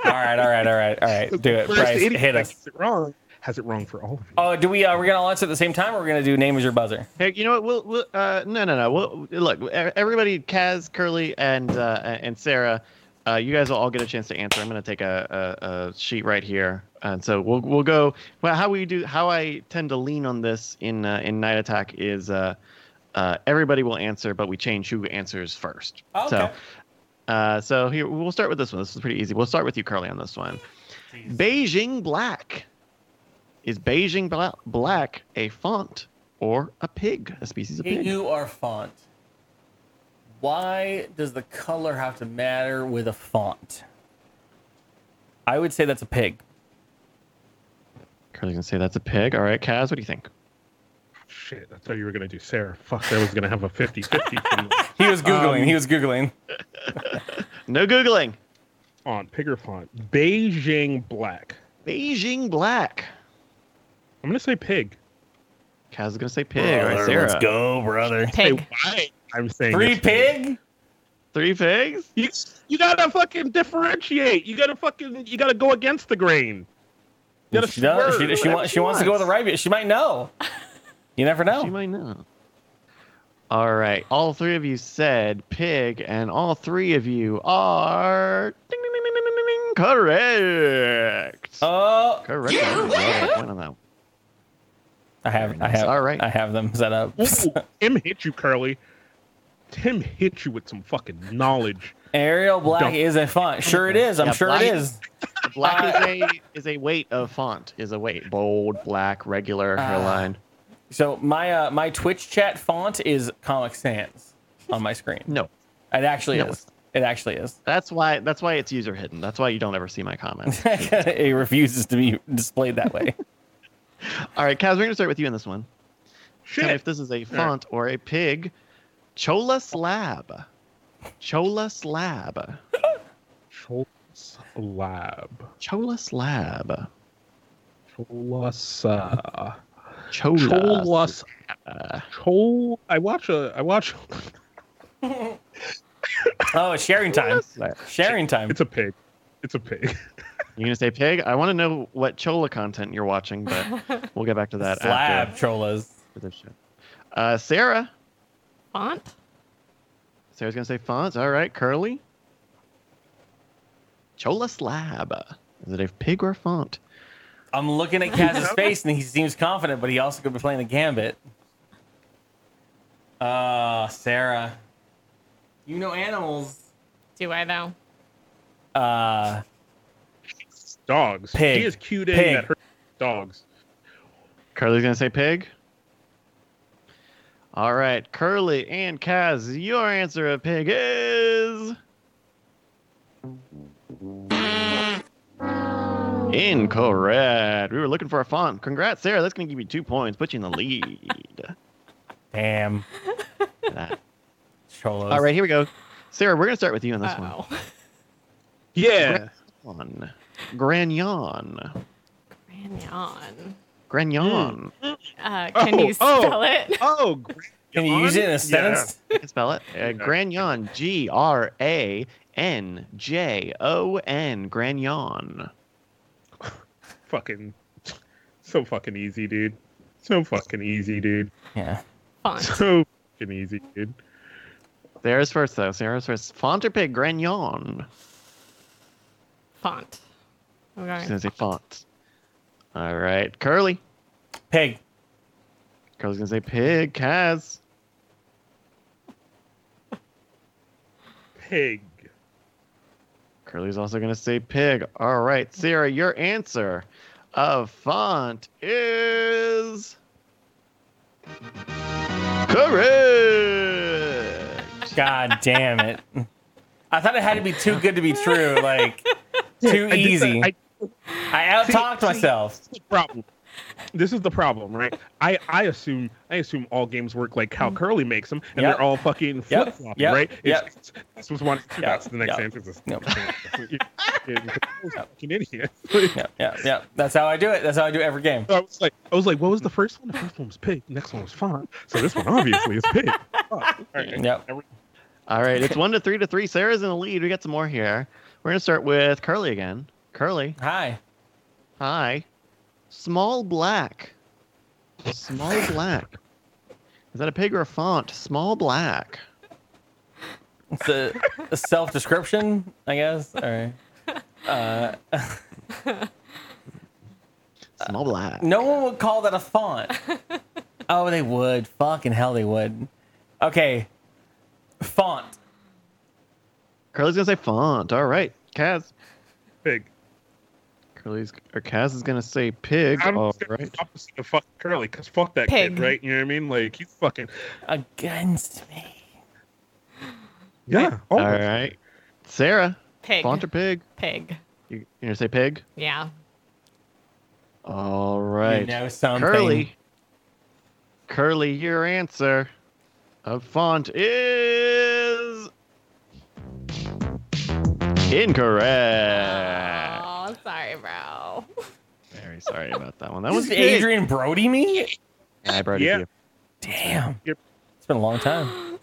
E: All right, all right, all right, all right. Do it, Bryce. Hit us.
F: Has it wrong. Has it wrong for all of you.
E: Oh, do we? Uh, we're gonna launch at the same time, or we're gonna do name is your buzzer?
H: Hey, you know what? We'll, we'll uh, no, no, no. We'll, look, e- everybody, Kaz, Curly, and uh, and Sarah, uh, you guys will all get a chance to answer. I'm going to take a, a, a sheet right here, and so we'll we'll go. Well, how we do? How I tend to lean on this in uh, in Night Attack is uh, uh, everybody will answer, but we change who answers first.
E: Okay.
H: So, uh, so here we'll start with this one. This is pretty easy. We'll start with you, Curly, on this one. Beijing Black. Is Beijing Bla- Black a font or a pig? A species of pig.
E: You are font. Why does the color have to matter with a font? I would say that's a pig.
H: Curly's gonna say that's a pig. All right, Kaz, what do you think?
F: Shit, I thought you were gonna do Sarah. Fuck, that was gonna have a 50-50
E: He
H: Um,
E: was googling. he was googling.
H: No googling.
F: on Pigger font. Beijing black.
H: Beijing Black.
F: I'm gonna say pig.
H: Kaz is gonna say pig. All right, Sarah.
E: let's go, brother.
G: Pig.
F: Why? I'm saying
E: Three
F: it's
E: pig.
H: Three pigs.
F: You, you gotta fucking differentiate. You gotta fucking you gotta go against the grain. You gotta
E: She does.
F: swerve.
E: She, she, wants, she wants to go with the right. She might know. You never know.
H: She might know. All right, all three of you said pig, and all three of you are ding, ding, ding, ding, ding, ding, ding, correct.
E: Oh,
H: correct. Yeah. Point on that. one.
E: I have. I
H: nice.
E: have.
H: All right.
E: I have them set up.
F: Ooh, Tim hit you, Curly. Tim hit you with some fucking knowledge.
E: Arial black
F: Don't-
E: is a font. Sure, it is. I'm
H: Yeah,
E: sure
H: black-
E: it is.
H: Black is a is a weight of font. Is a weight bold, black, regular hairline.
E: So my uh, my Twitch chat font is Comic Sans on my screen.
H: No,
E: It actually
H: No.
E: is. It actually is.
H: that's why that's why it's user hidden. That's why you don't ever see my comments.
E: it refuses to be displayed that way.
H: all right, Kaz, we're gonna start with you on this one. Tell me
F: Shit.
H: if this is a font or a pig. Chola slab. Chola slab.
F: Cholus lab.
H: Chola slab.
F: Cholus. Uh,
H: Chola.
F: Cholus. Chol. I watch a. I watch.
E: Oh, it's sharing time.
H: slab.
E: Sharing time.
F: It's a pig. It's a pig.
H: You're gonna say pig? I want to know what Chola content you're watching, but we'll get back to that
E: Slab
H: after
E: cholas.
H: this show. Uh, Sarah.
G: Font?
H: Sarah's gonna say fonts. All right, curly. Chola slab. Is it a pig or a font?
E: I'm looking at Kaz's face and he seems confident, but he also could be playing the gambit. Uh, Sarah. You know animals.
G: Do I though?
E: Uh,
F: Dogs.
E: Pig.
F: She is cued in
E: Pig.
F: that her dogs.
H: Curly's gonna say pig. All right, Curly and Kaz, your answer of pig is incorrect. We were looking for a font. Congrats, Sarah. That's gonna give you two points. Put you in the lead.
E: damn. Cholas.
H: All right, here we go. Sarah, we're gonna start with you on this
G: Oh.
F: Yeah.
H: one. Gragnon.
G: Grignon.
H: Gragnon.
G: Uh, can
F: Oh,
G: you spell
F: oh.
G: it?
F: Oh. Great.
E: Can you use it in a sentence?
H: I can spell it. Uh, Gragnon. G R A N J O N. Gragnon.
F: Fucking. So fucking easy, dude. So fucking easy, dude.
E: Yeah.
G: Font.
F: So fucking easy, dude.
H: Sarah's first, though. Sarah's first. Font or pig? Gragnon.
G: Font.
H: She's
G: Okay.
H: going to say font. All right. Curly.
E: Pig.
H: Curly's going to say pig. Kaz.
F: Pig.
H: Curly's also going to say pig. All right, Sarah, your answer of font is correct.
E: God damn it. I thought it had to be too good to be true, like too
F: I did the-
E: easy.
F: I-
E: I, out outtalked
F: See-
E: myself.
F: see, problem. This is the problem, right? I, I assume I assume all games work like how Curly makes them, and
E: Mm. Yep.
F: they're all fucking flip flopping,
E: Yep.
F: right?
E: Yep.
F: It's, this was one.
E: Yep.
F: That's the next
E: Yep.
F: answer. This-
E: Yep.
F: You're a fucking idiot.
E: Yeah, yeah, yeah. That's how I do it. That's how I do every game.
F: So I was like, I was like, what was the first one? The first one was pig. Next one was font. So this one obviously is pig. Fuck. All right.
E: Yep.
H: All right, it's one to three to three. Sarah's in the lead. We got some more here. We're going to start with Curly again. Curly,
E: Hi.
H: hi. Small black. Small black. Is that a pig or a font? Small black.
E: It's a, a self description, I guess. All right. Uh,
H: Small black.
E: no one would call that a font. Oh, they would. Fucking hell, they would. Okay. Font.
H: Curly's gonna say font. All right, Kaz.
F: Pig.
H: Curly's or Kaz is gonna say pig.
F: I'm
H: All
F: just gonna
H: right.
F: say opposite of fuck Curly, cause fuck that
G: Pig.
F: kid, right? You know what I mean? Like he's fucking
E: Against me.
F: yeah. Oh,
H: All
F: always.
H: right. Sarah.
G: Pig.
H: Font or pig?
G: Pig.
H: You, you're gonna say pig.
G: Yeah.
H: All
E: You
H: right.
E: know something.
H: Curly. Curly, your answer of font is incorrect.
G: Oh, sorry, bro.
H: Very sorry about that one. That
E: That
H: was
E: was
H: big.
E: Adrian Brody me?
H: I brought it to
F: Yeah.
H: you.
E: Damn.
F: Yep.
E: It's been a long time.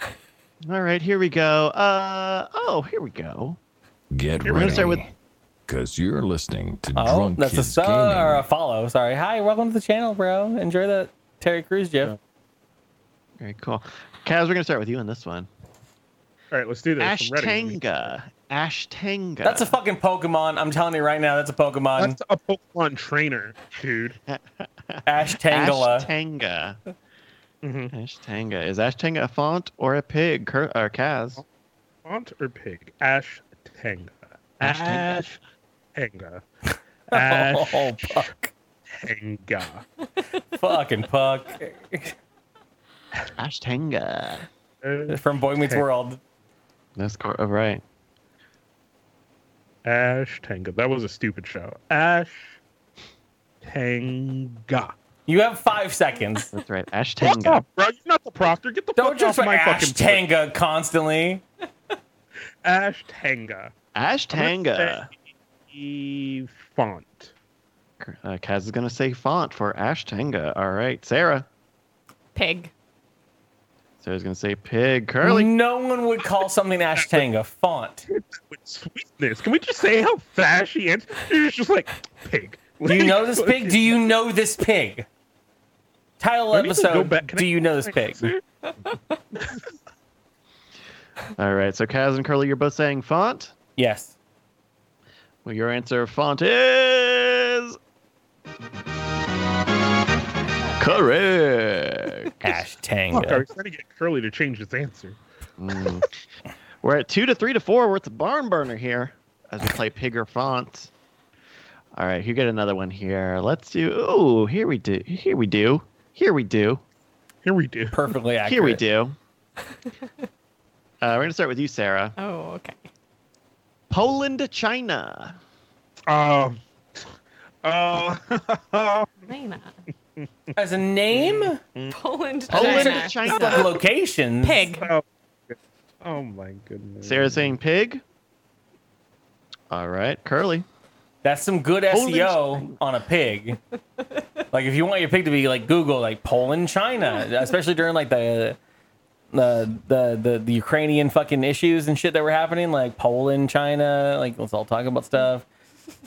H: All right, here we go. Uh oh, here we go.
J: Get
H: We're gonna
J: ready,
H: start with
J: cause you're listening to
E: Oh,
J: Drunk
E: that's a
J: Kids
E: sub or a
J: Gaming.
E: follow. Sorry. Hi, welcome to the channel, bro. Enjoy that Terry Crews gif.
H: Very cool. Kaz, we're gonna start with you on this one.
F: All right, let's do this. I'm ready.
H: Ashtanga. Ashtanga.
E: That's a fucking Pokemon. I'm telling you right now, that's a Pokemon.
F: That's a Pokemon trainer, dude.
E: Ash Tangela.
H: Ashtanga.
F: Mhm.
H: Ashtanga. Is Ashtanga a font or a pig? Cur- or Kaz?
F: Font or pig? Ash Tanga.
H: Ashtanga.
F: Ash Tanga. Ash
E: oh, Puck.
F: Tanga.
E: fucking Puck.
H: Ashtanga.
E: From Boy Meets
F: Okay.
E: World.
H: That's cor- oh, right.
F: Ash Tanga. That was a stupid show. Ash Tanga.
E: You have five seconds.
H: That's right.
F: What's
H: Ashtanga.
F: up, bro? You're not the proctor. Get the
E: Don't
F: fuck
E: just
F: off my
E: Ash
F: fucking plate.
E: Tanga constantly.
F: Ash Tanga. I'm
H: Ashtanga.
F: gonna say E font.
H: Uh, Kaz is gonna say font for Ashtanga. All right, Sarah.
G: Pig.
H: Sarah's gonna say pig. Curly.
E: No one would call something Ash Tanga font.
F: With sweetness. Can we just say how fast she answered? She's just like pig.
E: Do you know this pig? Do you know this pig? Title
F: I need to go
E: episode
F: back- can
E: Do
F: I-
E: you know this pig? Mm-hmm.
H: All right. So Kaz and Curly, you're both saying font.
E: Yes.
H: Well, your answer of font is correct.
E: Ash
F: Fuck, I
E: Tanga.
F: was trying to get Curly to change his answer.
H: Mm. We're at two to three to four. We're at the barn burner here as we play pig or font. All right, you get another one here. Let's do. Oh, here we do. Here we do. Here we do.
F: Here we do.
E: Perfectly accurate.
H: Here we do. Uh, we're gonna start with you, Sarah.
G: Oh, okay.
H: Poland to China.
F: Oh. Oh.
G: Lena.
E: As a name?
G: Poland.
H: Poland
G: China.
H: to China.
E: Stuff locations.
G: Pig.
F: oh my goodness.
H: Sarah's saying pig. All right, Curly.
E: That's some good
H: Poland,
E: SEO on a pig. like if you want your pig to be like Google, like Poland, China, especially during like the the the the, the Ukrainian fucking issues and shit that were happening, like Poland, China, like let's all talk about stuff.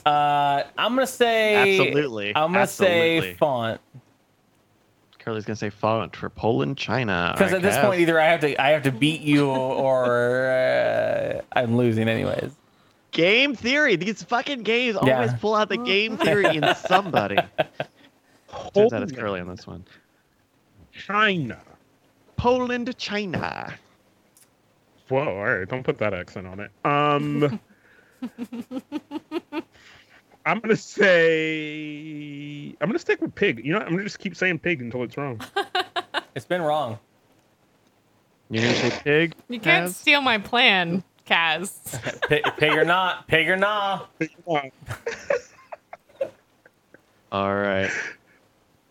E: Uh, I'm gonna say
H: Absolutely.
E: I'm gonna
H: Absolutely.
E: say font
H: Curly's gonna say font for Poland, China. All
E: because
H: right,
E: at this
H: Kaz.
E: point either I have to I have to beat you or uh, I'm losing anyways.
H: game theory. These fucking games
E: Yeah.
H: always pull out the game theory in somebody. Turns out it's Curly on this one.
F: China.
H: Poland, China.
F: Whoa, all right. Don't put that accent on it. Um. I'm gonna say I'm gonna stick with pig. You know, what? I'm gonna just keep saying pig until it's wrong.
E: it's been wrong.
H: You're gonna say pig?
G: You can't steal my plan, Kaz.
E: pig, pig or not, pig or nah.
F: uh,
H: All right.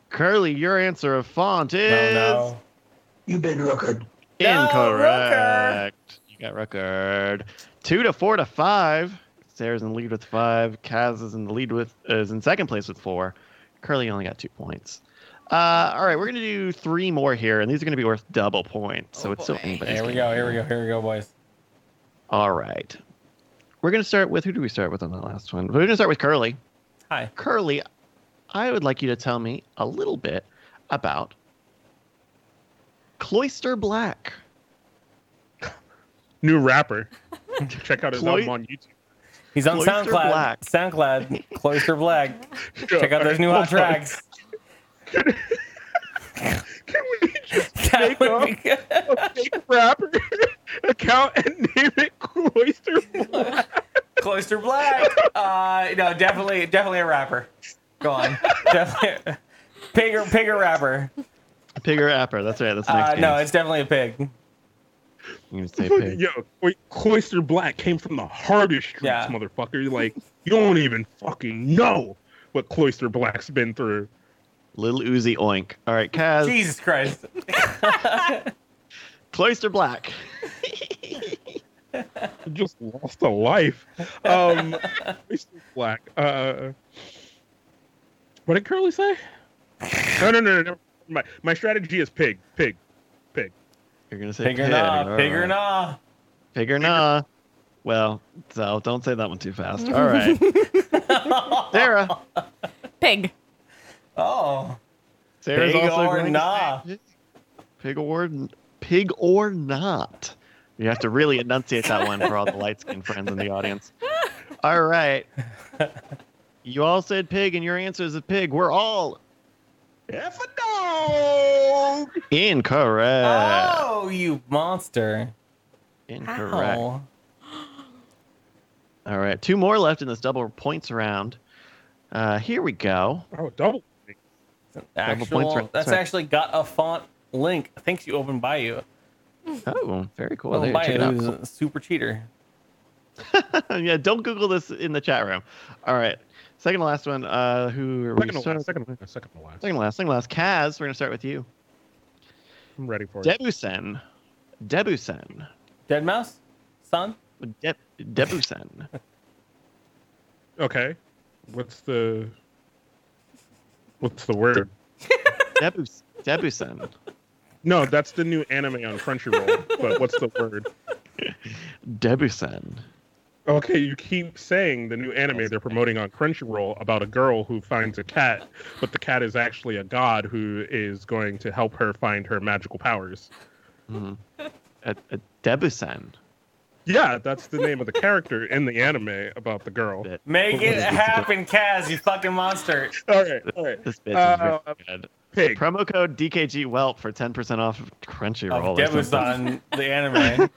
H: Curly, your answer of font is
A: You've been rookered.
H: incorrect. you got record. Two to four to five. Sarah's in the lead with five. Kaz is in the lead with is in second place with four. Curly only got two points. Uh, all right, we're gonna do three more here, and these are gonna be worth double points. So it's still anybody's.
E: Here we
H: game.
E: go. Here we go. Here we go, boys.
H: All right. We're going to start with who do we start with on that last one? We're going to start with Curly.
E: Hi.
H: Curly, I would like you to tell me a little bit about Cloister Black.
F: New rapper. Check out his
H: Cloy-
F: album on YouTube.
E: He's on SoundCloud.
H: Cloister Black.
E: SoundCloud. Cloister Black. Check out those new hot tracks. Can we just make up?
F: A fake rapper account and name it Cloister.
E: Cloister Black. Uh, no, definitely, definitely a rapper. Go on. definitely, pig or pig or rapper.
H: Pig or rapper? That's right. That's the next
E: Uh,
H: game.
E: no, it's definitely a pig.
H: I'm going to say pig.
F: Yo, Cloy- Cloister Black came from the hardest streets,
E: Yeah.
F: motherfucker. Like you don't even fucking know what Cloister Black's been through.
H: Little Uzi Oink. All right, Kaz.
E: Jesus Christ.
H: Cloister Black.
F: I just lost a life. Um, Cloister Black. Uh, what did Curly say? No, no, no, no. never mind. My strategy is pig, pig, pig.
H: You're going to say pig.
E: Pig or nah.
H: All
E: Pig or
H: right.
E: nah.
H: Pig or nah. Well, so don't say that one too fast. All right. Sarah.
G: Pig.
E: Oh.
H: Sarah's
E: Pig
H: also
E: or
H: going to
E: nah.
H: say Pig or pig or not. You have to really enunciate that one for all the light skinned friends in the audience. All right. You all said pig and your answer is a pig. We're all
F: F a dog.
H: incorrect.
E: Oh, you monster.
H: Incorrect.
E: Ow.
H: All right. Two more left in this double points round. Uh, here we go.
F: Oh, double.
H: points
E: Actual,
H: right-
E: that's
H: sorry.
E: actually got a font link. Thanks, you open by you.
H: Oh, very cool.
E: Well,
H: There, check it out.
E: who's a super cheater.
H: yeah, don't Google this in the chat room. All right. Second to last one. Uh, who are
F: Second
H: we
F: to
H: starting?
F: last. Second to last. Second to last.
H: Second to last, second to last. Kaz, we're going to start with you.
F: I'm ready for it.
H: Debusen. Debusen.
E: Dead mouse? Son?
H: De- Debusen.
F: Okay. What's the What's the word?
H: Debus- Debusen.
F: No, that's the new anime on Crunchyroll. but what's the word?
H: Debusen.
F: Okay, you keep saying the new anime they're promoting on Crunchyroll about a girl who finds a cat, but the cat is actually a god who is going to help her find her magical powers.
H: A- a Debusen.
F: Yeah, that's the name of the character in the anime about the girl.
H: Bit.
E: Make it happen, Kaz, you fucking monster.
F: All right, all right.
H: This bitch
F: Uh,
E: Oh,
H: is really good.
F: Pig.
H: Promo code DKG Whelp for 10% off of Crunchyroll.
E: Of
H: or something.
E: Debusan, the anime.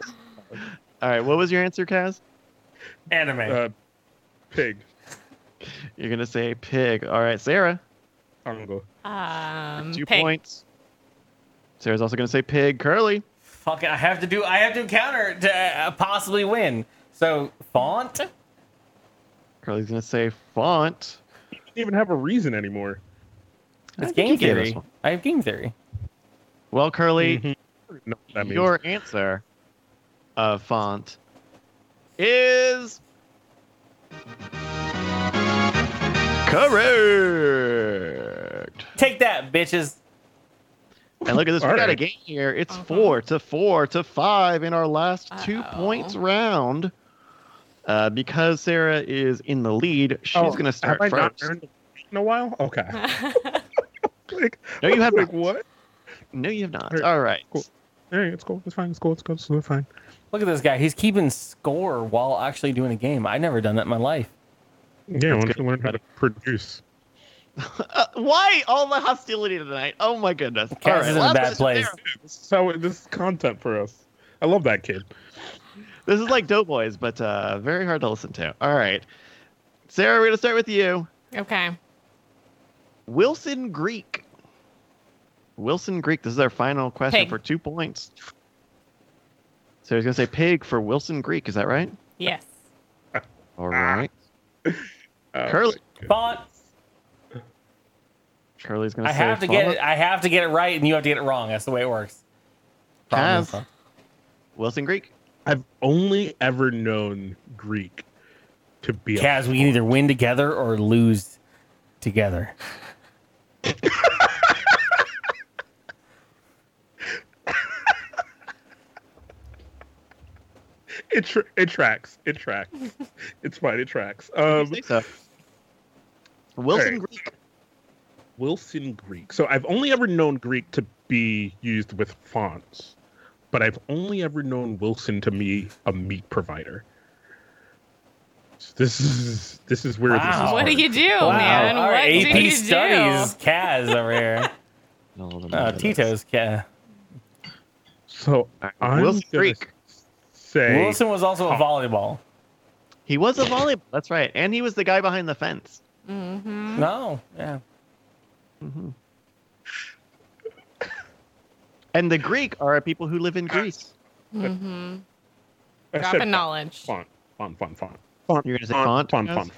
H: All right. What was your answer, Kaz?
E: anime.
F: Uh, pig.
H: You're going to say pig. All right. Sarah.
F: Ango.
G: Um,
H: two
G: pig.
H: points. Sarah's also going to say pig. Curly.
E: fucking, I have to do, I have to counter to uh, possibly win. So, font?
H: Curly's going to say font.
F: Didn't even have a reason anymore.
H: I
E: It's
H: think you
E: game
H: gave us
E: theory. Mm-hmm.
H: one.
E: I have game theory.
H: Well, Curly,
F: I don't know what that means.
H: your answer of font is correct.
E: Take that, bitches.
H: And look at this. We
F: All
H: got a
F: right.
H: game here. It's
G: Uh-huh.
H: four to four to five in our last two
G: Uh-oh.
H: points round. Uh, because Sarah is in the lead, she's
F: Oh,
H: going to start
F: have I not
H: first.
F: earned a point in a while? Okay. like,
H: No, you have
F: like
H: not.
F: what?
H: No, you have not.
F: Alright,
H: All right.
F: cool. All right, it's cool. It's fine. It's cool. It's cool. It's cool. It's fine.
E: Look at this guy. He's keeping score while actually doing a game. I've never done that in my life.
F: Yeah, once
H: good.
F: you learn how to produce.
H: Uh, why all the hostility tonight? Oh my goodness.
E: Kaz is in a
H: last
E: bad
H: question,
E: place.
H: Sarah.
F: This is how this is content for us. I love that kid.
H: This is like Doughboys, but uh, very hard to listen to. All right. Sarah, we're going to start with you.
G: Okay.
H: Wilson Greek. Wilson Greek. This is our final question
G: Pig.
H: for two points. So he's going to say pig for Wilson Greek. Is that right?
G: Yes.
H: All
F: Ah.
H: right.
F: Oh.
H: Curly.
E: Font.
H: Curly's going
E: I
H: to say
E: have to get
H: font.
E: it. I have to get it right, and you have to get it wrong. That's the way it works. Problem
H: Kaz. Wilson Greek.
F: I've only ever known Greek to be. a-
E: Kaz, we can either win together or lose together.
F: It, tr- it tracks. It tracks. it's fine. It tracks. Um,
H: Say so. Wilson
F: Hey.
H: Greek.
F: Wilson Greek. So I've only ever known Greek to be used with fonts, but I've only ever known Wilson to be a meat provider. This is this is where this
E: Wow.
F: is
G: What do
F: hard.
G: you do, Oh, man?
E: All
G: What
E: right,
G: do
E: AP
G: you
E: studies, Kaz over here.
H: No, hold on,
E: Oh,
H: hold on.
E: Tito's Kaz.
F: So
H: All right,
F: I'm
H: Wilson
F: gonna
H: Greek.
F: Say
E: Wilson was also a volleyball.
H: He was a volleyball. That's right. And he was the guy behind the fence.
G: do? Mm-hmm.
E: No, yeah.
H: Mm-hmm. And the Greek are people who live in Greece.
G: Mm-hmm.
F: I said
G: Dropping knowledge.
F: Font, font, font, font,
H: You're gonna say
F: font,
H: font.
F: font,
H: Kaz?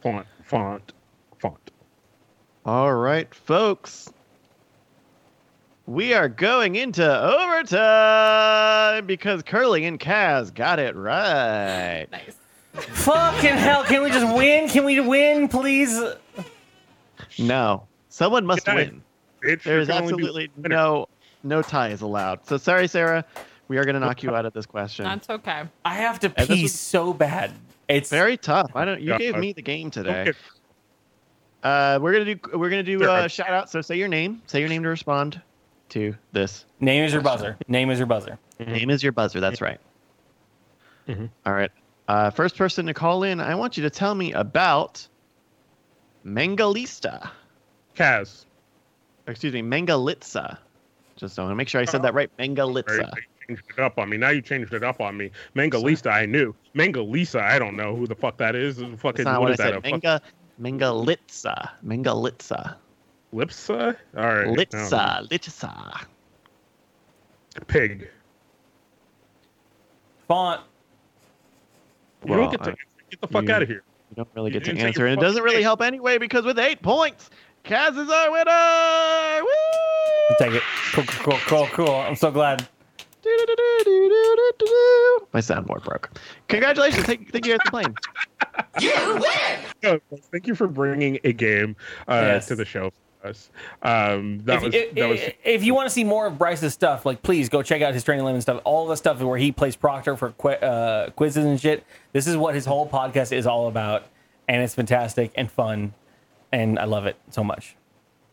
F: font, font, font, font, font.
H: All right, folks. We are going into overtime because Curly and Kaz got it right.
G: Nice.
E: Fucking hell! Can we just win? Can we win, please?
H: No, someone must
F: Good night.
H: win.
F: It sure
H: There is
F: can only be
H: absolutely
F: one winner.
H: no no ties allowed. So sorry, Sarah. We are going to knock you out of this question.
G: That's okay.
E: I have to
H: And this
E: pee
H: was-
E: so bad. It's
H: Very tough. I don't. You
F: Yeah,
H: gave
F: I-
H: me the game
F: Don't
H: today.
F: get-
H: Uh, we're gonna do. We're gonna do
F: Sure.
H: uh, shout out. So say your name. Say your name to respond to this.
E: name is your buzzer. Name is your buzzer.
F: Mm-hmm.
H: Name is your buzzer. That's right.
F: Mhm.
H: All right. Uh, first person to call in, I want you to tell me about Mangalista.
F: Kaz.
H: Excuse me, Mangalitsa. Just want to make sure I said that right.
F: Oh. Right? You
H: Mangalitsa.
F: changed it up on me. Now you changed it up on me. Mangalista, I knew. Mangalisa, I don't know who the fuck that is. Who the Fucking
H: That's not what I
F: is that? A
H: said.
F: fuck-
H: Manga, Mangalitsa. Mangalitsa.
F: Lipsa? All right. no.
H: Litsa. Litsa.
F: Pig.
E: Font.
F: You
H: Well,
F: don't get
H: I-
F: to get the fuck
H: you-
F: out of here.
H: You don't really
F: You
H: get to
F: didn't say
H: answer,
F: your
H: and it doesn't
F: fucking
H: really
F: name.
H: help anyway because with eight points, Kaz is our winner. Woo!
E: Take it. Cool, cool, cool, cool, cool. I'm so glad.
H: Do-do-do-do-do-do-do-do. My soundboard broke. Congratulations! Thank, thank you guys for playing.
F: No, thank you for bringing a game uh,
E: Yes.
F: to the show for us. Um, that
E: if,
F: was
E: if-
F: that was
E: if- if you want to see more of Bryce's stuff, like please go check out his training lemon stuff. All the stuff where he plays Proctor for qu- uh, quizzes and shit. This is what his whole podcast is all about, and it's fantastic and fun, and I love it so much.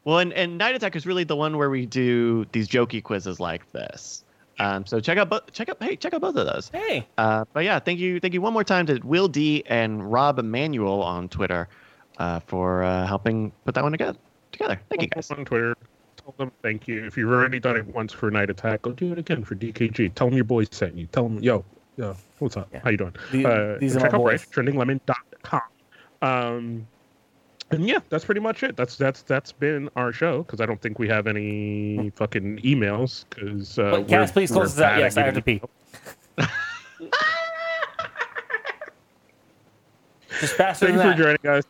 H: Well, and, and Night Attack is really the one where we do these jokey quizzes like this. Um, so check out bo- check out hey check out both of those.
E: Hey,
H: Uh, but yeah, thank you thank you one more time to Will D and Rob Emanuel on Twitter uh, for uh, helping put that one together. Together, thank you guys.
F: on Twitter. Tell them thank you. If you've already done it once for Night Attack, go do it again for DKG. Tell them your boys sent you. Tell them, yo, yo, what's up?
E: Yeah.
F: How you doing?
E: The-
F: uh,
E: these are
F: check
E: my
F: out
E: boys.
F: BryceTrendingLemon.com. Um, and yeah, that's pretty much it. That's that's that's been our show because I don't think we have
H: Hmm.
F: any fucking emails. Because uh,
E: but
F: we're-
E: Cass, please close this
F: we're
E: out.
F: bad
E: Yes,
F: at
E: I have to
F: getting-
E: pee. Just faster
F: Thank
E: than
F: you for
E: that.
F: joining us.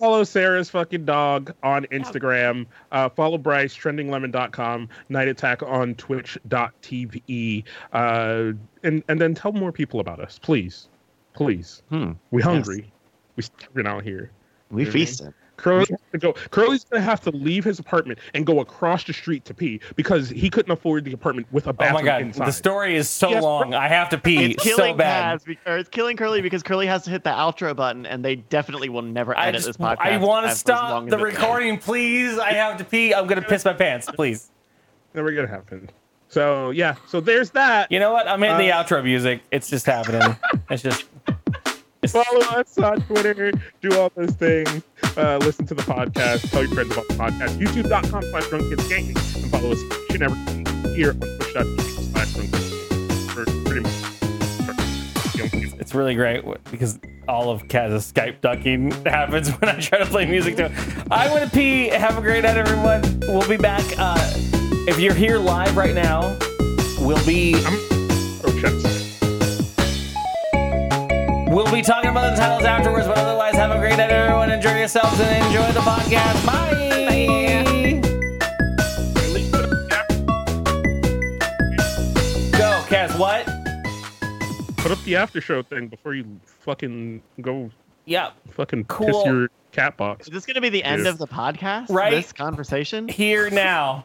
F: Follow Sarah's fucking dog on Instagram. Uh, follow Bryce, trendinglemon.com, Night Attack on twitch.tv. Uh, and, and then tell more people about us, please. Please.
H: Hmm,
F: we hungry. We starving out here.
H: we
F: Mhm.
H: feasted.
F: Curly's gonna go. Curly's gonna have to leave his apartment and go across the street to pee because he couldn't afford the apartment with a
E: Oh
F: bathroom
E: my god,
F: inside.
E: the story is so
F: Yes,
E: long. I have to pee
H: It's
E: so
H: killing
E: bad.
H: Kaz, or it's killing Curly because Curly has to hit the outro button, and they definitely will never
E: I
H: edit
E: just
H: this podcast.
E: I want
H: as-
E: to
H: as long
E: stop the
H: as it runs.
E: recording, please. I have to pee. I'm gonna piss my pants, please.
F: never gonna happen. So yeah, so there's that.
E: You know what? I'm hitting the
F: Uh,
E: outro music. It's just happening. it's just
F: follow us on Twitter, do all those things, uh, listen to the podcast, tell your friends about the podcast, youtube.com slash drunk kids gaming, and follow us each and every week here on twitch.tv slash drunk kids gaming for pretty much
E: It's really great wh- because all of Kaz's Skype ducking happens when I try to play music to it. I want to pee. Have a great night, everyone. We'll be back. Uh, if you're here live right now, we'll be. We'll be talking about the titles afterwards, but otherwise, have a great night, everyone. Enjoy yourselves and enjoy the podcast. Bye. Go, Kaz. What?
F: Put up the after show thing before you fucking go.
E: Yeah.
F: Fucking piss
E: Cool.
F: your cat box.
H: Is this going to be the end
F: Yeah.
H: of the podcast?
E: Right.
H: This conversation?
E: Here now.